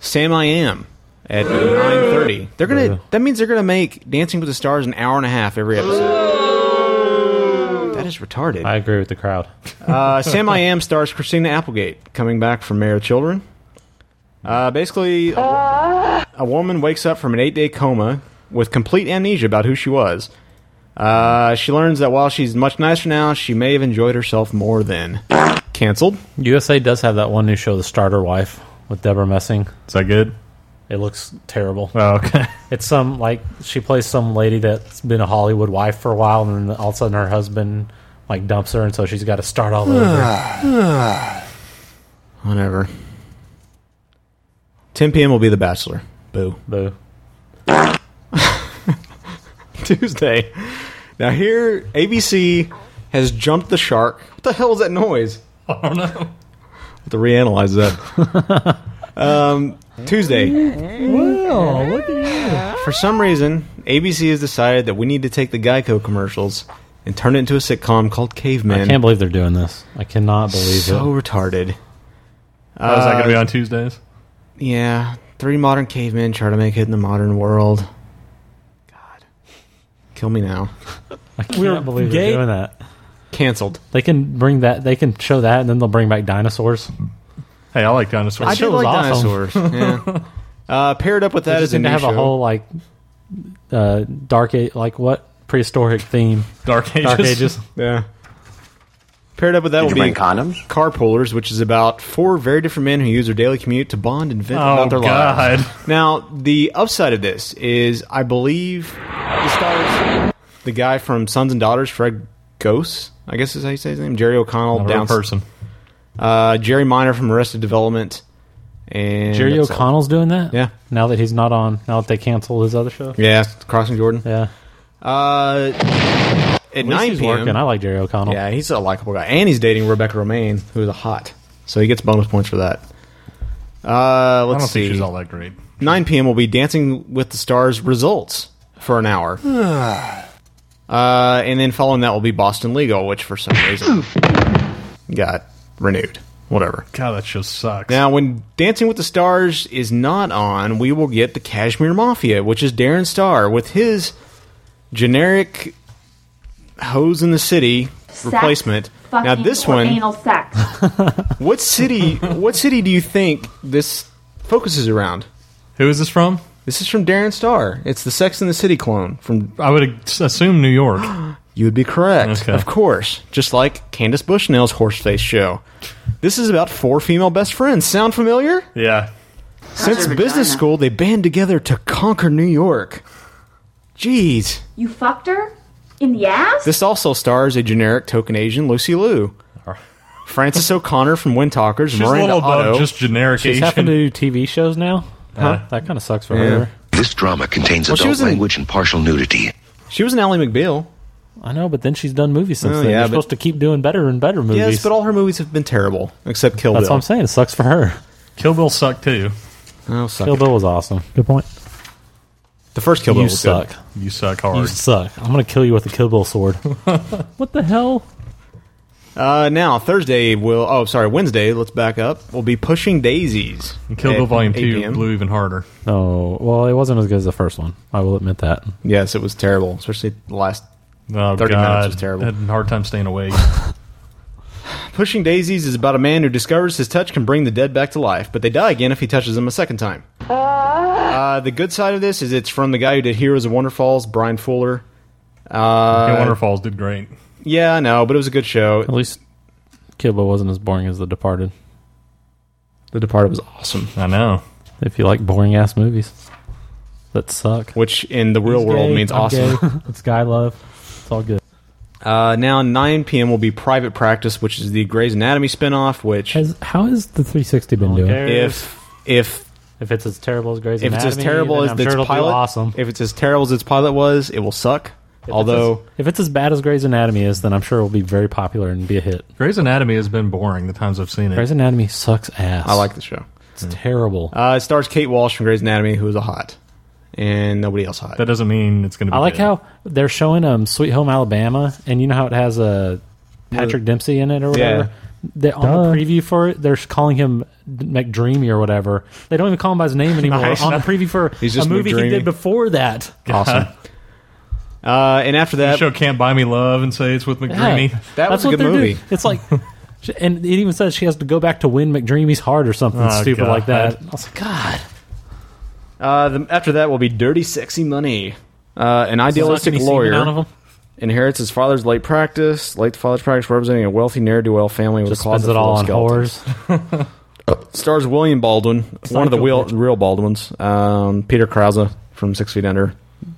D: Sam I Am at nine thirty. They're gonna. That means they're gonna make Dancing with the Stars an hour and a half every episode. That is retarded.
J: I agree with the crowd.
D: Uh, Sam I Am stars Christina Applegate, coming back from Mayor of Children. Uh, basically, a, wo- a woman wakes up from an eight day coma with complete amnesia about who she was. Uh, she learns that while she's much nicer now, she may have enjoyed herself more then. Cancelled.
J: USA does have that one new show, The Starter Wife, with Deborah Messing.
H: Is that good?
J: It looks terrible.
H: <laughs> Oh, okay.
J: It's some like she plays some lady that's been a Hollywood wife for a while, and then all of a sudden her husband like dumps her, and so she's got to start all over.
D: Whatever. 10 p.m. will be The Bachelor. Boo.
J: Boo.
D: Tuesday. Now, here, ABC has jumped the shark. What the hell is that noise?
H: I don't know.
D: have to reanalyze
H: <laughs>
D: that. um, Tuesday.
E: Well, look at
D: For some reason, ABC has decided that we need to take the Geico commercials and turn it into a sitcom called Caveman.
J: I can't believe they're doing this. I cannot believe
D: so
J: it.
D: retarded.
H: Oh, is that going to be
D: Uh,
H: on Tuesdays?
D: Yeah, three modern cavemen try to make it in the modern world. God, kill me now.
J: I can't believe
D: gay-
J: they're doing that.
D: Cancelled.
J: They can bring that. They can show that, and then they'll bring back dinosaurs.
H: Hey, I like dinosaurs.
D: I do like dinosaurs. yeah. Uh, paired up with that
J: They
D: is
J: just
D: a
J: need
D: new
J: to have
D: show. <laughs>
J: a whole like uh, dark age, like what prehistoric theme?
H: Dark
J: Dark
H: <laughs>
J: Ages.
D: yeah. Paired up with that
M: Did
D: will
M: you
D: be
M: bring condoms?
D: carpoolers, which is about four very different men who use their daily commute to bond and vent
H: Oh,
D: about their
H: God.
D: lives. Now, the upside of this is, I believe, the stars, the guy from Sons and Daughters, Fred Ghost, I guess is how you say his name, Jerry O'Connell,
H: Not a real
D: down
H: person.
D: uh, Jerry Minor from Arrested Development, and
J: Jerry
D: that's all.
J: O'Connell's doing that.
D: Yeah.
J: Now that he's not on, now that they canceled his other show.
D: Yeah, Crossing Jordan.
J: Yeah.
D: Uh, at
J: least
D: nine
J: he's
D: p.m.
J: working. I like Jerry O'Connell.
D: Yeah, he's a likable guy, and he's dating Rebecca Romaine, who is a hot. So he gets bonus points for that. Uh, let's
H: I don't
D: see.
H: think she's all that great.
D: 9 p.m. will be Dancing with the Stars results for an hour. uh, and then following that will be Boston Legal, which for some reason got renewed. Whatever.
H: God, that show sucks.
D: Now, when Dancing with the Stars is not on, we will get the Kashmir Mafia, which is Darren Star with his generic hose in the city replacement. Now, this one,
I: sex.
D: what city? what city do you think this focuses around?
H: Who is this from?
D: This is from Darren Star. It's the Sex and the City clone from.
H: I would assume New York. <gasps>
D: You would be correct,
H: Okay.
D: of course. Just like Candace Bushnell's Horseface show. This is about four female best friends. Sound familiar?
H: Yeah.
D: Since business school, they band together to conquer New York. Jeez.
I: You fucked her in the ass.
D: This also stars a generic token Asian,
H: <laughs>
D: Lucy Liu. Frances O'Connor from Wind Talkers,
H: She's a
D: Miranda
H: little above
D: Otto.
H: just generic
J: She's
H: Asian.
J: having to do TV shows now. Huh? That kind of sucks for
D: Yeah.
J: her.
N: This drama contains
D: Well, she
N: adult
D: was in-
N: language and partial nudity.
D: She was an Ally McBeal.
J: I know, but then she's done movies since
D: Oh, yeah,
J: then. You're
D: but-
J: supposed to keep doing better and better movies.
D: Yes, but all her movies have been terrible except Kill
J: That's
D: Bill.
J: what I'm saying. It sucks for her.
H: Kill Bill sucked too.
D: Oh, suck
J: Kill
D: it.
J: Bill was awesome. Good point.
D: The first Kill Bill
J: You
D: was good.
J: suck.
H: You suck hard.
J: You suck. I'm gonna kill you with a Kill Bill <laughs> sword. what the hell?
D: Uh, now Thursday will. Oh, sorry, Wednesday. Let's back up. We'll be pushing daisies.
H: Kill
D: at
H: Bill Volume
D: 8
H: Two
D: PM.
H: blew even harder.
J: No. Well, it wasn't as good as the first one. I will admit that.
D: Yes, it was terrible, especially the last
H: Oh,
D: 30
H: God.
D: minutes was terrible.
H: Had a hard time staying
J: <laughs>
H: awake.
D: Pushing Daisies is about a man who discovers his touch can bring the dead back to life, but they die again if he touches them a second time. Uh, the good side of this is it's from the guy who did Heroes of Wonder Falls, Brian Fuller. Uh,
H: Okay, Wonder Falls did great.
D: Yeah, I know, but it was a good show.
J: At least Kill Bill wasn't as boring as The Departed.
D: The Departed was awesome.
H: I know.
J: If you like boring ass movies that suck,
D: which in the real world means awesome.
J: <laughs> it's guy love. It's all good.
D: Uh, now 9 p.m. will be Private Practice, which is the Grey's Anatomy spinoff, which
J: How has the 360 been doing?
D: if if
J: if it's as terrible as Grey's
D: if it's as
J: Anatomy,
D: terrible
J: then
D: as
J: I'm
D: its
J: sure it'll do
D: pilot,
J: awesome.
D: if it's as terrible as its pilot was, it will suck. Although
J: if it's as bad as Grey's Anatomy is, then I'm sure it'll be very popular and be a hit.
H: Grey's Anatomy has been boring the times I've seen it.
J: Grey's Anatomy sucks ass.
D: I like the show.
J: It's terrible.
D: Uh, it stars Kate Walsh from Grey's Anatomy, who is a hot, and nobody else hot.
H: That doesn't mean it's going to be.
J: I like
H: good.
J: how they're showing um Sweet Home Alabama, and you know how it has uh, Patrick Dempsey in it or whatever. They, on the preview for it, they're calling him McDreamy or whatever. They don't even call him by
D: <laughs>
J: his name anymore.
D: Nice.
J: On the preview for
D: He's just
J: a movie
D: McDreamy.
J: he did before that.
D: <laughs> Awesome. Uh, and after
H: You
D: that,
H: show Can't Buy Me Love and say it's with McDreamy.
J: Yeah. That's what they're doing.
D: <laughs>
J: It's like, she- and it even says she has to go back to win McDreamy's heart or something
D: Oh,
J: stupid like
D: God.
J: that. I was like, God,
D: uh, the, after that will be Dirty Sexy Money. Uh, an
J: Does
D: idealistic
J: Zucchini semen
D: lawyer
J: out of him?
D: inherits his father's late practice, late father's practice representing a wealthy ne'er do well family with a
J: Just
D: closet
J: spends it
D: full
J: all
D: of
J: on
D: skeletons. Stars William Baldwin, one of the real, real Baldwins. Um, Peter Krause from Six Feet Under,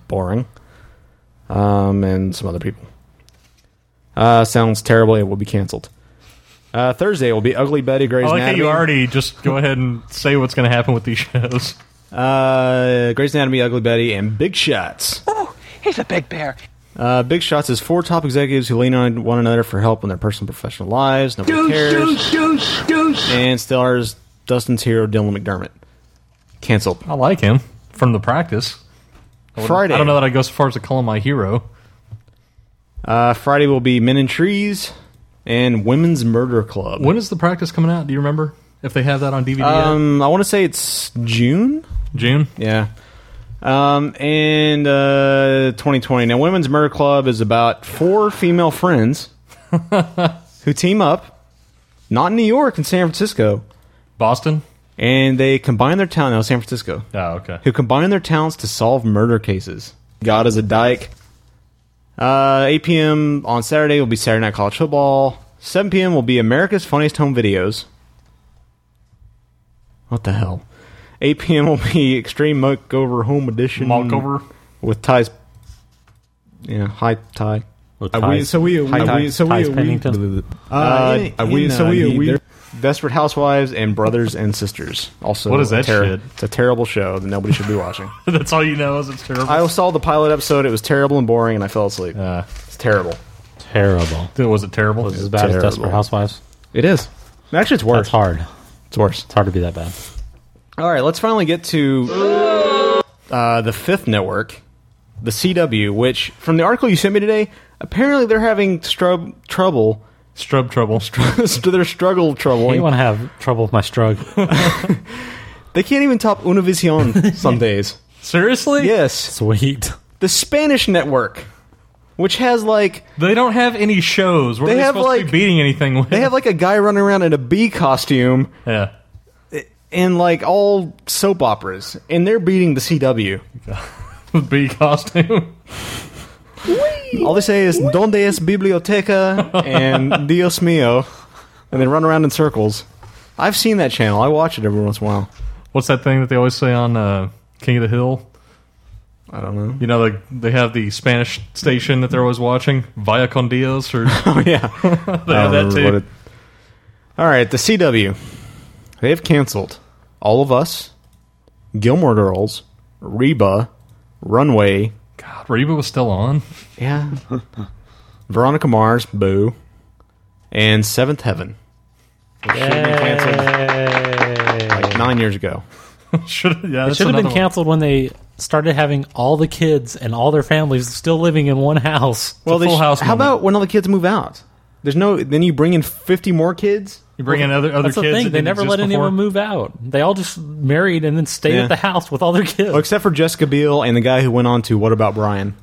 D: boring, um, and some other people. Uh, sounds terrible. It will be canceled. Uh, Thursday will be Ugly Betty
H: I
D: Grey's
H: like that
D: Anatomy.
H: you already just go ahead and say what's going to happen with these shows.
D: Uh, Grey's Anatomy, Ugly Betty, and Big Shots.
L: He's Oh, a big bear.
D: Uh, Big Shots is four top executives who lean on one another for help in their personal and professional lives. Nobody cares.
L: deuce, deuce.
D: And stars Dustin's hero, Dylan McDermott. Canceled.
H: I <laughs> like him from the practice. I wouldn't-
D: Friday.
H: I don't know that I go so far as to call him my hero.
D: Uh, Friday will be Men in Trees and Women's Murder Club.
H: When is the practice coming out? Do you remember if they have that on DVD?
D: Um, I want to say it's June.
H: June.
D: Yeah. Um, and uh, 2020. Now, Women's Murder Club is about four female friends who team up, not in New York, in San Francisco,
H: Boston,
D: and they combine their talent. No, San Francisco.
H: yet? Oh, okay.
D: Who combine their talents to solve murder cases. God is a dyke. Uh, 8 p.m. on Saturday will be Saturday Night College Football. 7 p.m. will be America's Funniest Home Videos. What the hell? 8 p.m. will be Extreme Makeover Home
J: Hmm.
D: Edition.
H: Makeover.
D: With ties. Yeah, high tie.
B: Are we- so we-
D: High
B: are
D: tie.
B: we- so we-
D: Ties
B: are we-
D: Pennington.
B: Uh, in-
D: are we-
B: in,
D: so
B: uh,
D: we- are
B: the-
D: we-
B: there-
D: Desperate Housewives and Brothers and Sisters. Also,
H: What is that
D: terri-
H: shit?
D: It's a terrible show that nobody should be watching.
H: <laughs> That's all you know is it's terrible.
D: I saw the pilot episode. It was terrible and boring, and I fell asleep. it's terrible.
J: terrible.
H: was it terrible?
J: Was it as bad as Desperate Housewives?
D: It is. Actually, it's worse.
J: That's hard.
D: It's worse. It's
J: hard to be that bad.
D: All right, let's finally get to uh, the fifth network, the CW, which, from the article you sent me today, apparently they're having strub trouble. <laughs>
H: Strub trouble. <laughs>
D: Str- their struggle trouble.
J: You want to have trouble with
H: <laughs>
J: my strug?
D: They can't even top Univision some days.
H: Seriously?
D: Yes.
J: Sweet.
D: The Spanish network, which has like
H: They don't have any shows. Where
D: They
H: they
D: have,
H: supposed to
D: like-
H: be beating anything with.
D: they have like a guy running around in a bee costume
H: <laughs> yeah. <laughs>
D: and like all soap operas, and they're beating the CW.
H: Bee costume. <laughs>
D: All they say is "Donde es biblioteca?" <laughs> and "Dios mío," and they run around in circles. I've seen that channel. I watch it every once in a while.
H: What's that thing that they always say on uh, King of the Hill?
D: I don't know.
H: You know, like they have the Spanish station that they're always watching, Via con Dios, or
D: <laughs>
H: <laughs>
D: Oh <laughs> yeah,
H: they have that too.
D: All right, the CW. They have canceled all of us, Gilmore Girls, Reba, Runway.
H: God, Reba was still on.
D: Yeah. <laughs> Veronica Mars, Boo, and Seventh Heaven. which should have been canceled, Like nine years ago.
H: should yeah,
J: it should have been canceled when they started having all the kids and all their families still living in one house.
D: they sh- How about when all the kids move out? There's no. Then you bring in 50 more kids.
H: You bring in other other
J: That's the
H: kids.
J: thing.
H: that
J: They
H: didn't
J: never
H: exist
J: let
H: before.
J: anyone move out. They all just married and then stayed
D: Yeah.
J: at the house with all their kids.
D: Well, except for Jessica Biel and the guy who went on to What About Brian.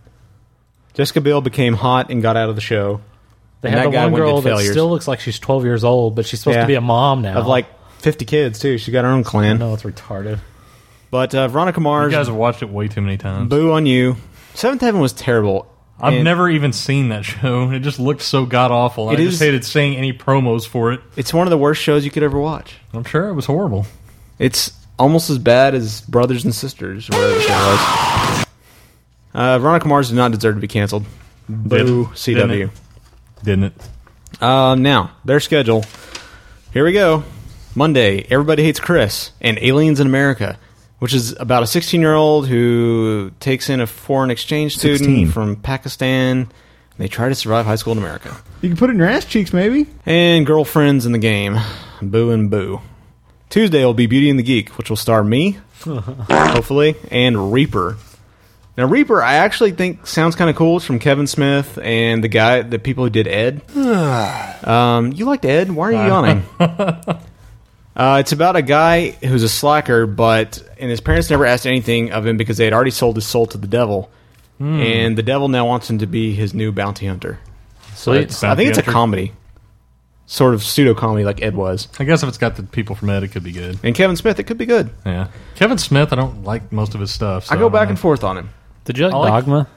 D: Jessica Biel became hot and got out of the show.
J: They
D: and
J: had
D: that
J: the
D: guy
J: one
D: went and
J: girl
D: did
J: that
D: failures.
J: still looks like she's 12 years old, but she's supposed
D: Yeah.
J: to be a mom now.
D: Of like 50 kids, too. She got her own clan.
J: No, it's retarded.
D: But uh, Veronica Mars.
H: You guys have watched it way too many times.
D: Boo on you. Seventh Heaven was terrible.
H: I've
D: And
H: never even seen that show. <laughs> It just looked so god awful. I
D: It
H: just
D: is-
H: hated seeing any promos for it.
D: It's one of the worst shows you could ever watch.
H: I'm sure it was horrible.
D: It's almost as bad as Brothers and Sisters, whatever the show was. Uh, Veronica Mars did not deserve to be canceled. Boo,
H: Didn't-
D: CW.
H: didn't Didn't it?
D: Uh, now, their schedule. Here we go. Monday, Everybody Hates Chris and Aliens in America, which is about a 16 year old who takes in a foreign exchange student
B: 16.
D: from Pakistan. They try to survive high school in America.
B: You can put it in your ass cheeks, maybe.
D: And girlfriends in the game. Boo and boo. Tuesday will be Beauty and the Geek, which will star me, hopefully, and Reaper. Now, Reaper, I actually think sounds kind of cool. It's from Kevin Smith and the guy, the people who did Ed. um, you liked Ed? Why are you yawning? Uh, it's about a guy who's a slacker, but and his parents never asked anything of him because they had already sold his soul to the devil,
B: Hmm.
D: and the devil now wants him to be his new bounty hunter. So
H: Sweet.
D: it's, I think it's a
H: Bounty hunter.
D: comedy, sort of pseudo comedy like Ed was.
H: I guess if it's got the people from Ed, it could be good.
D: And Kevin Smith, it could be good.
H: Yeah, Kevin Smith, I don't like most of his stuff. so
D: I go
H: don't
D: back
H: know.
D: and forth on him.
J: Did you like,
H: I like-
J: Dogma?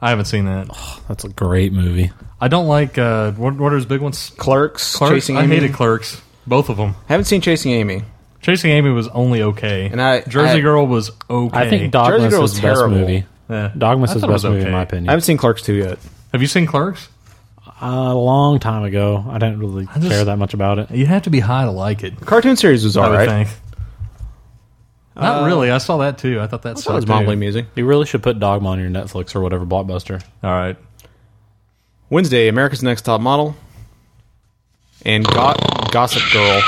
H: I haven't seen that.
J: That's a great movie.
H: I don't like uh, what, what are his big ones?
D: Clerks,
H: Clerks.
D: Chasing
H: I
D: Amy.
H: hated Clerks, both of them.
D: Haven't seen Chasing Amy.
H: Chasing Amy was only okay, and
D: I
H: Jersey
D: I-
H: Girl was okay.
J: I think Dogma's his best movie.
H: Yeah.
J: Dogma's
H: I
J: his
H: thought it
J: best
H: was
J: movie, in
H: okay.
J: my opinion.
D: I haven't seen Clerks 2 yet.
H: Have you seen Clerks?
J: a long time ago. I didn't really
H: just-
J: care that much about it.
H: You have to be high to like it.
D: Cartoon series was
H: I would
D: alright.
H: think. Not
D: Uh,
H: really. I saw that too. I thought that
D: thought it was
H: sucked.
D: Mobley
H: too.
D: music.
J: You really should put Dogma on your Netflix or whatever blockbuster.
H: All right.
D: Wednesday, America's Next Top Model, and Go- Gossip Girl.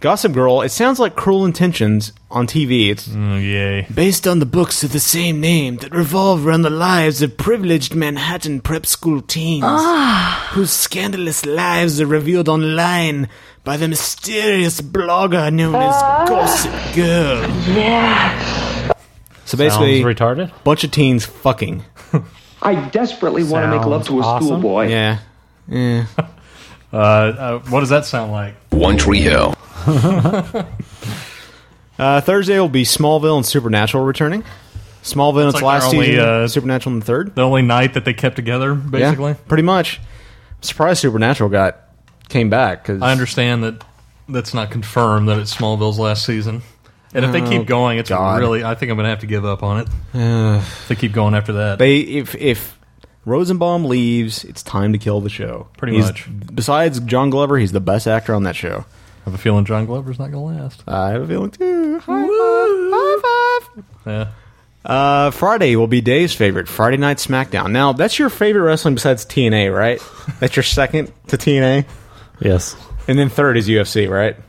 D: Gossip Girl. It sounds like Cruel Intentions on TV. It's
H: Mm. yay.
D: based on the books of the same name that revolve around the lives of privileged Manhattan prep school teens, whose scandalous lives are revealed online by the mysterious blogger known as Gossip Girl. So basically,
J: Sounds retarded.
D: bunch of teens fucking.
L: I desperately want to make love to a schoolboy.
D: Yeah. Yeah.
H: Uh, uh, what does that sound like?
N: One Tree Hill.
D: Uh, Thursday will be Smallville and Supernatural returning. Smallville in
H: It's
D: its
H: like
D: last
H: their only,
D: season,
H: uh,
D: Supernatural in the third.
H: The only night that they kept together, basically.
D: Yeah, pretty much. I'm surprised Supernatural got came back because
H: I understand that that's not confirmed that it's Smallville's last season. And if they
D: Oh,
H: keep going, it's
D: God.
H: really. I think I'm gonna have to give up
D: <sighs>
H: on it. if they keep going after that.
D: they if if Rosenbaum leaves, it's time to kill the show.
H: Pretty
D: He's-
H: much.
D: Besides John Glover, he's the best actor on that show.
H: I have a feeling John Glover's not gonna last.
D: I have a feeling too. High five. High five.
H: Yeah.
D: Uh, Friday will be Dave's favorite Friday Night SmackDown. Now that's your favorite wrestling besides TNA, right? That's your second to TNA.
J: Yes.
D: And then third is UFC, right?
J: <laughs>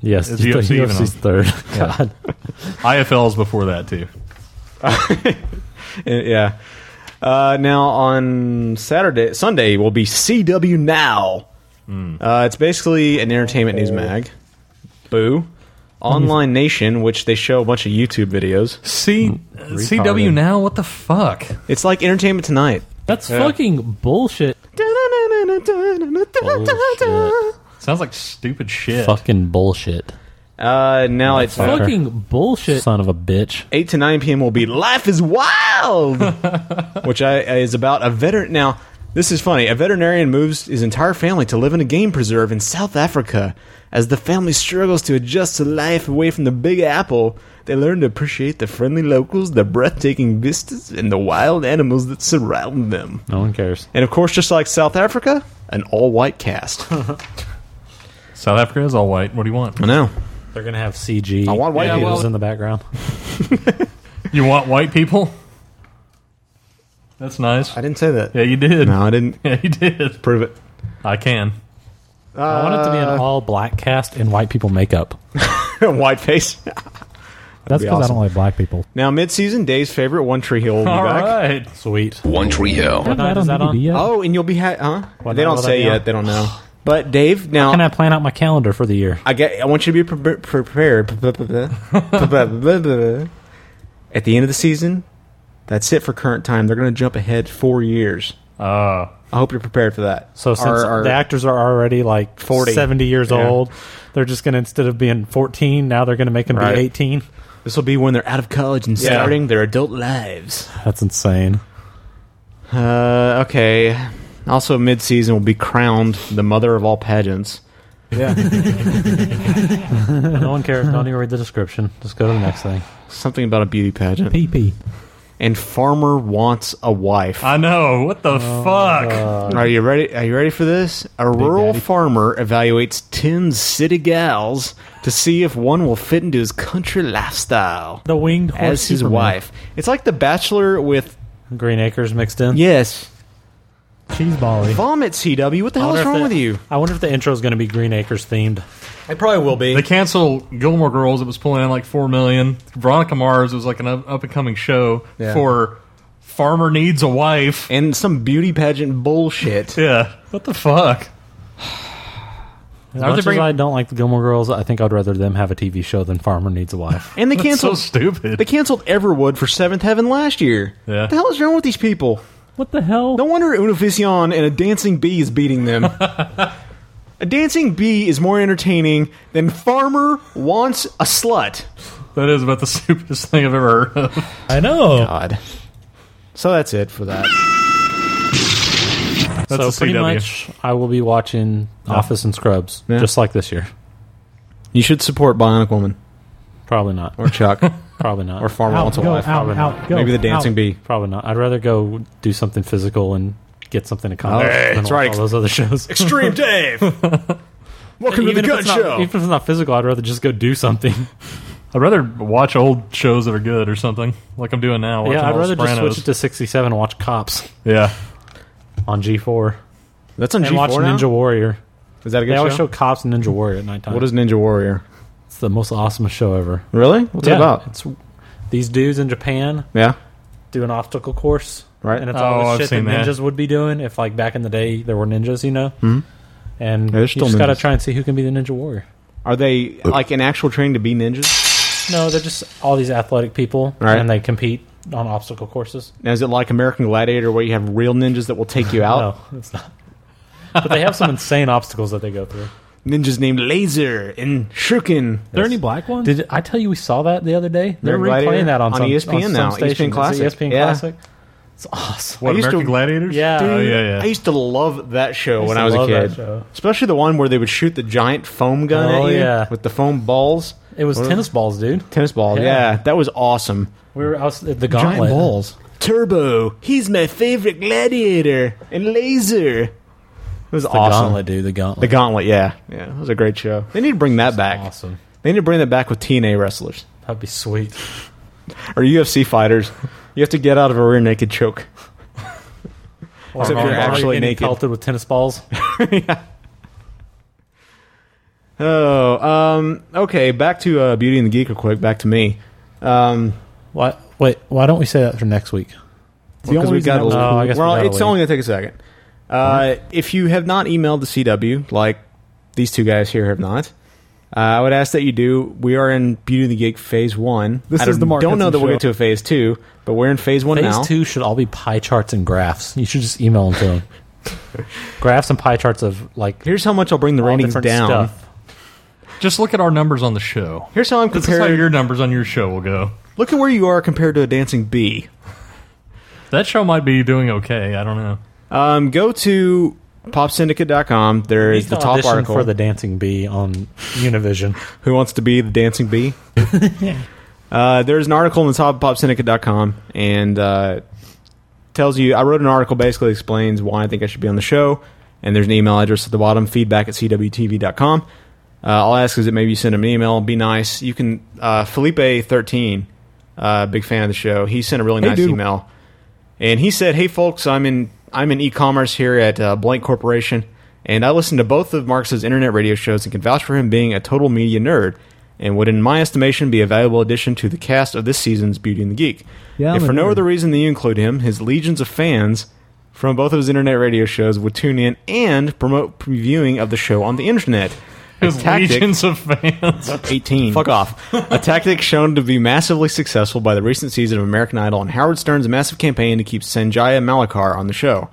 J: Yes.
H: Is UFC even
J: UFC's
H: on?
J: third.
H: Yeah.
J: <laughs> God.
H: IFL's before that too.
D: Uh, <laughs> yeah. Uh, now on Saturday, Sunday will be CW Now. Uh, it's basically an entertainment news mag. Boo. Online Nation, which they show a bunch of YouTube videos.
H: See, CW now, what the fuck?
D: It's like Entertainment Tonight.
J: That's fucking bullshit.
D: Oh,
H: Sounds like stupid shit.
J: Fucking bullshit.
D: Uh, now it's
J: Fucking bullshit. Son of a bitch.
D: eight to nine p.m. will be Life
H: <laughs>
D: is Wild, which I, is about a veteran. Now, this is funny. A veterinarian moves his entire family to live in a game preserve in South Africa. As the family struggles to adjust to life away from the Big Apple, they learn to appreciate the friendly locals, the breathtaking vistas, and the wild animals that surround them.
J: No one cares.
D: And of course, just like South Africa, an all-white cast.
H: <laughs> South Africa is all white. What do you want?
D: I know.
J: They're gonna have CG.
D: I want white
J: <laughs> videos
D: people.
J: in the background.
H: You want white people? That's nice. I
D: didn't say
H: <laughs>
D: that.
H: Yeah, you did.
D: No, I didn't.
H: Yeah, you did.
D: Prove it. <laughs>
H: I can.
D: Uh,
J: I want it to be an all black cast and white
D: <laughs>
J: people makeup.
D: White face. <laughs>
J: That's because
D: be
J: I
D: awesome.
J: don't like black people.
D: Now, mid-season, Dave's favorite One Tree Hill will be
J: All
D: back.
H: right.
J: Sweet.
N: One Tree Hill.
J: What night is that on?
D: Oh, and you'll be ha- huh?
J: What
D: they
J: night
D: don't
J: will that
D: say
J: be
D: yet.
J: on?
D: They don't know. But Dave,
J: How
D: now
J: can I plan out my calendar for the year?
D: I get. I want you to be pre- pre- prepared. At the end of the season, that's it for current time. They're going to jump ahead four years.
H: Uh,
D: I hope you're prepared for that.
J: Oh. So since
D: Our- our-
J: the actors are already like
D: 40.
J: 70 years
D: Yeah.
J: old, they're just going to instead of being 14, now they're going to make them
D: Right. <laughs>
J: be 18.
D: this will be when they're out of college and
J: Yeah.
D: starting their adult lives.
J: That's insane.
D: Uh, okay. Also, mid-season will be crowned the mother of all pageants.
J: Yeah. no one cares. Don't even read the description. Just go to the next thing.
D: Something about a beauty pageant.
J: PP.
D: And farmer wants a wife.
H: I know. What the fuck?
D: Are you ready? Are you ready for this? A rural farmer evaluates ten city gals to see if one will fit into his country lifestyle.
J: The winged horse
D: as his
J: Superman.
D: wife. It's like The Bachelor with
J: Green Acres mixed in.
D: yes,
J: Cheese Bolly.
D: vomit. CW, what the hell is wrong with you?
J: I wonder if the intro is going to be Green Acres themed.
D: It probably will be.
H: They cancel Gilmore Girls. It was pulling in like four million. Veronica Mars was like an up and coming show
D: Yeah.
H: for farmer needs a wife.
D: And some beauty pageant <laughs> bullshit.
H: yeah. What the fuck?
J: As
H: Are they
J: much
H: bringing-
J: as I don't like the Gilmore Girls, I think I'd rather them have a TV show than Farmer Needs a Wife.
D: And they
H: That's so
D: canceled.
H: stupid.
D: They canceled Everwood for Seventh Heaven last year.
H: Yeah.
D: What the hell is wrong with these people?
J: <laughs> What the hell?
D: No wonder Univision and a dancing bee is beating them. a dancing bee is more entertaining than Farmer wants a slut.
H: That is about the <laughs> stupidest thing I've ever heard of.
J: I know.
D: God. So that's it for that.
H: That's a
J: so pretty
H: CW.
J: much, I will be watching Office and Scrubs,
D: Yeah.
J: just like this year.
D: You should support Bionic Woman
J: Probably not.
D: or Chuck
J: Probably not.
D: or Farmer Wants a
E: go,
D: Wife.
E: out,
D: Probably not.
E: out, go,
D: Maybe the dancing
E: out.
D: bee.
J: Probably not. I'd rather go do something physical and get something accomplished
D: Hey,
J: than
D: Oh, that's
J: watch
D: right.
J: all those other
D: <laughs>
J: shows.
D: Extreme
J: <laughs>
D: Dave. Welcome
J: even, if it's not, even if it's not physical, I'd rather just go do something.
H: I'd rather watch old shows that are good or something, like I'm doing now. watching
J: yeah, I'd
H: all
J: rather just
H: Sopranos.
J: switch it to 67 and watch Cops
H: yeah.
D: <laughs>
J: on G4
D: That's on
J: and
D: G4
J: watch
D: now?
J: Ninja Warrior.
D: Is that a
J: They
D: good
J: always
D: show?
J: show Cops and Ninja Warrior at nighttime.
D: What is Ninja Warrior?
J: it's the most awesomest show ever?
D: Really? What's
J: Yeah,
D: it about?
J: It's these dudes in Japan
D: Yeah.
J: do an obstacle course,
D: Right.
J: And it's
H: Oh,
J: all the
H: I've
J: shit that
H: seen that.
J: ninjas would be doing if, like, back in the day there were ninjas, you know. Mm-hmm. And
D: Hmm? there's
J: you
D: still
J: just got to
D: ninjas.
J: try and see who can be the ninja warrior.
D: Are they like in actual training to be ninjas?
J: No, they're just all these athletic people,
D: Right.
J: and they compete on obstacle courses.
D: Now, is it like American Gladiator where you have real ninjas that will take you out?
J: No, it's not. But they
D: <laughs>
J: have some insane obstacles that they go through.
D: Ninjas named Laser and Shuriken.
E: there any black ones?
J: Did I tell you we saw that the other day? They're
D: They're Gladiator?
J: replaying that on,
D: On E
J: some,
D: ESPN
J: some
D: now,
J: station.
D: ESPN
J: Is it E
D: Classic.
J: ESPN
D: Yeah.
J: Classic. It's awesome.
H: What
D: I used
H: American
D: to-
H: Gladiators?
J: Yeah.
H: Oh
J: Dude,
H: yeah,
D: I
H: yeah.
D: used to love that show
J: used
D: when
J: to
D: I was a
J: love that
D: kid.
J: show.
D: Especially the one where they would shoot the giant foam gun
J: Oh,
D: at you
J: yeah.
D: with the foam balls.
J: It was
D: What are
J: tennis balls, dude.
D: they- tennis balls.
J: Yeah.
D: Yeah. that was awesome.
J: We were out at the gauntlet.
D: Turbo. He's my favorite gladiator and Laser. It was
J: The
D: awesome.
J: gauntlet, dude. The gauntlet.
D: The Gauntlet. Yeah, yeah, it was a great show. They need to bring that back.
J: Awesome.
D: They need to bring that back with TNA wrestlers
J: That'd be sweet.
D: or UFC fighters. You have to get out of a rear naked choke.
J: Or
D: Except you're
J: are you
D: actually
J: getting
D: naked.
J: pelted with
D: <laughs>
J: tennis balls.
D: Oh, um, okay. Back to uh, Beauty and the Geek, real quick. Back to me. Um,
J: What? Wait. Why don't we say that for next week?
D: the only
J: reason that was cool- Oh, I guess we
D: well,
J: gotta
D: it's
J: wait.
D: only gonna take a second. Uh, if you have not emailed the CW, like these two guys here have not, uh, I would ask that you do. We are in Beauty and the Geek phase one.
B: This
D: I
B: is the
D: don't-
B: Mark
D: Don't know
B: Hudson
D: that we'll
B: show.
D: get to a phase two, but we're in phase one
J: Phase
D: now.
J: two should all be pie charts and graphs. You should just email them to them.
D: <laughs>
J: graphs and pie charts of like
D: Here's how much I'll bring the
J: all
D: ratings
J: different
D: down.
J: stuff.
H: Just look at our numbers on the show.
D: Here's how I'm
H: This is how
D: compared.
H: your numbers on your show will go.
D: Look at where you are compared to a dancing bee.
H: That show might be doing okay. I don't know. <laughs>
D: Um, go to popsyndicate.com. There
J: He's
D: is the top article.
J: for the dancing bee on Univision.
D: Who wants to be the dancing bee? uh, there's an article on the top of popsyndicate.com and uh, tells you. I wrote an article basically explains why I think I should be on the show. And there's an email address at the bottom feedback at cwtv.com. Uh, all I ask is that maybe you send him an email. Be nice. You can, uh, Felipe13 uh, big fan of the show. He sent a really
B: Hey,
D: nice
B: dude.
D: email, and he said, "Hey folks, I'm in I'm in e-commerce here at uh, Blank Corporation, and I listen to both of Marx's internet radio shows and can vouch for him being a total media nerd." And would, in my estimation, be a valuable addition to the cast of this season's Beauty and the Geek.
O: Yeah, I'm
D: if
O: a
D: for no
O: nerd.
D: other reason than you include him, his legions of fans from both of his internet radio shows would tune in and promote previewing of the show on the internet. A
H: His
D: tactic-
H: legions of fans.
D: 18. Fuck off. a tactic shown to be massively successful by the recent season of American Idol and Howard Stern's massive campaign to keep Sanjaya Malakar on the show.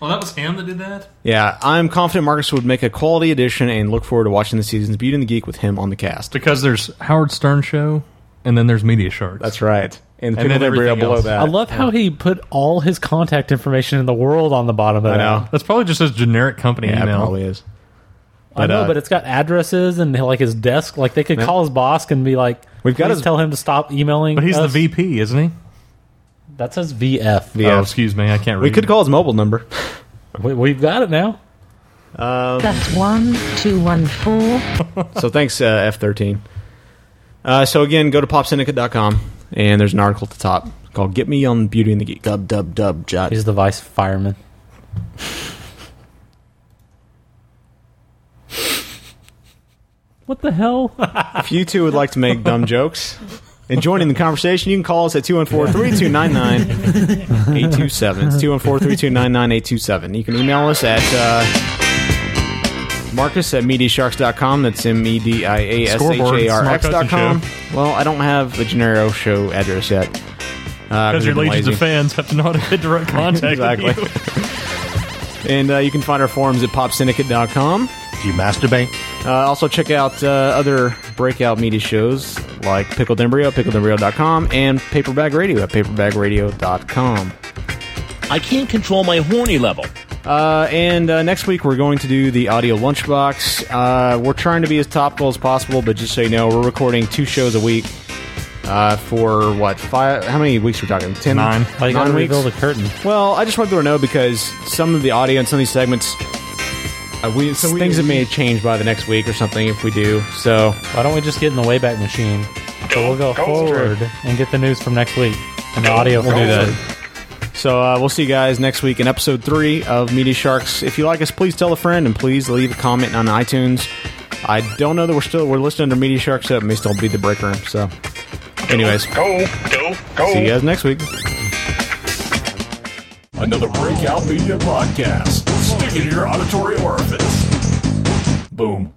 H: Oh, that was him that did that.
D: Yeah, I'm confident Marcus would make a quality addition and look forward to watching the season's Beauty and the Geek with him on the cast.
H: Because there's Howard Stern show, and then there's Media Sharks.
D: That's right. And,
H: then
D: people that bring up
H: everything
D: below
H: else.
D: that.
J: I love how he put all his contact information in the world on the bottom of
H: I
J: it.
H: know. That's probably just his generic company
J: Yeah, it
H: email.
J: probably
D: is.
J: I know,
H: uh,
J: but it's got addresses and like his desk. Like they could
H: Yeah.
J: call his boss and be like,
H: We've got
J: "Please
H: his-
J: tell him to stop emailing."
H: But he's the
J: us."
H: VP, isn't he?
J: That says VF.
H: Oh, excuse me, I can't read.
J: We could
D: call his mobile number.
J: Oh, we, we've got it now.
P: That's one two one four.
D: so thanks, uh, F13. Uh, so again, go to popsyndicate.com, and there's an article at the top called Get Me on Beauty and the Geek. Dub, dub, dub, jot.
J: He's the vice fireman. <laughs> What the hell?
D: if you two would like to make dumb jokes and join in the conversation, you can call us at 214 3299 827. It's 214 3299 827. You can email us at uh, Marcus at mediasharks.com. That's M E D I A S H
H: Scoreboard,
D: A
H: it's
D: R
H: Mark Hudson
D: X.com.
H: Show.
D: Well, I don't have the Gennaro show address yet. Uh,
H: Because your legions of fans have to know how to get
J: <laughs>
H: direct contact.
D: Exactly.
H: With you.
D: And uh, you can find our forums at popsyndicate.com. Do you masturbate? Uh, also, check out uh, other breakout media shows like Pickled Embryo, pickledembryo.com, and Paperbag Radio at paperbagradio.com. I can't control my horny level. Uh, and uh, next week, we're going to do the audio lunchbox. Uh, we're trying to be as topical as possible, but just so you know, we're recording two shows a week. Uh, for what five? How many weeks are we talking? Ten,
J: Nine. Why you gotta reveal the
D: curtain. Well, I just want people to know because some of the audio and some of these segments, uh, we
J: So we-
D: things that may change by the next week or something if we do. So
J: why don't we just get in the Wayback Machine? So we'll go forward and get the news from next week. And the audio
D: We'll
J: from
D: do
J: next
D: that. So uh, we'll see you guys next week in episode three of Media Sharks. If you like us, please tell a friend and please leave a comment on iTunes. I don't know that we're still we're listed under Media Sharks, so it may still be the break room. So, anyways,
A: Go, go, go.
D: see you guys next week.
A: Another Breakout Media podcast. Stick it in your auditory orifice. Boom.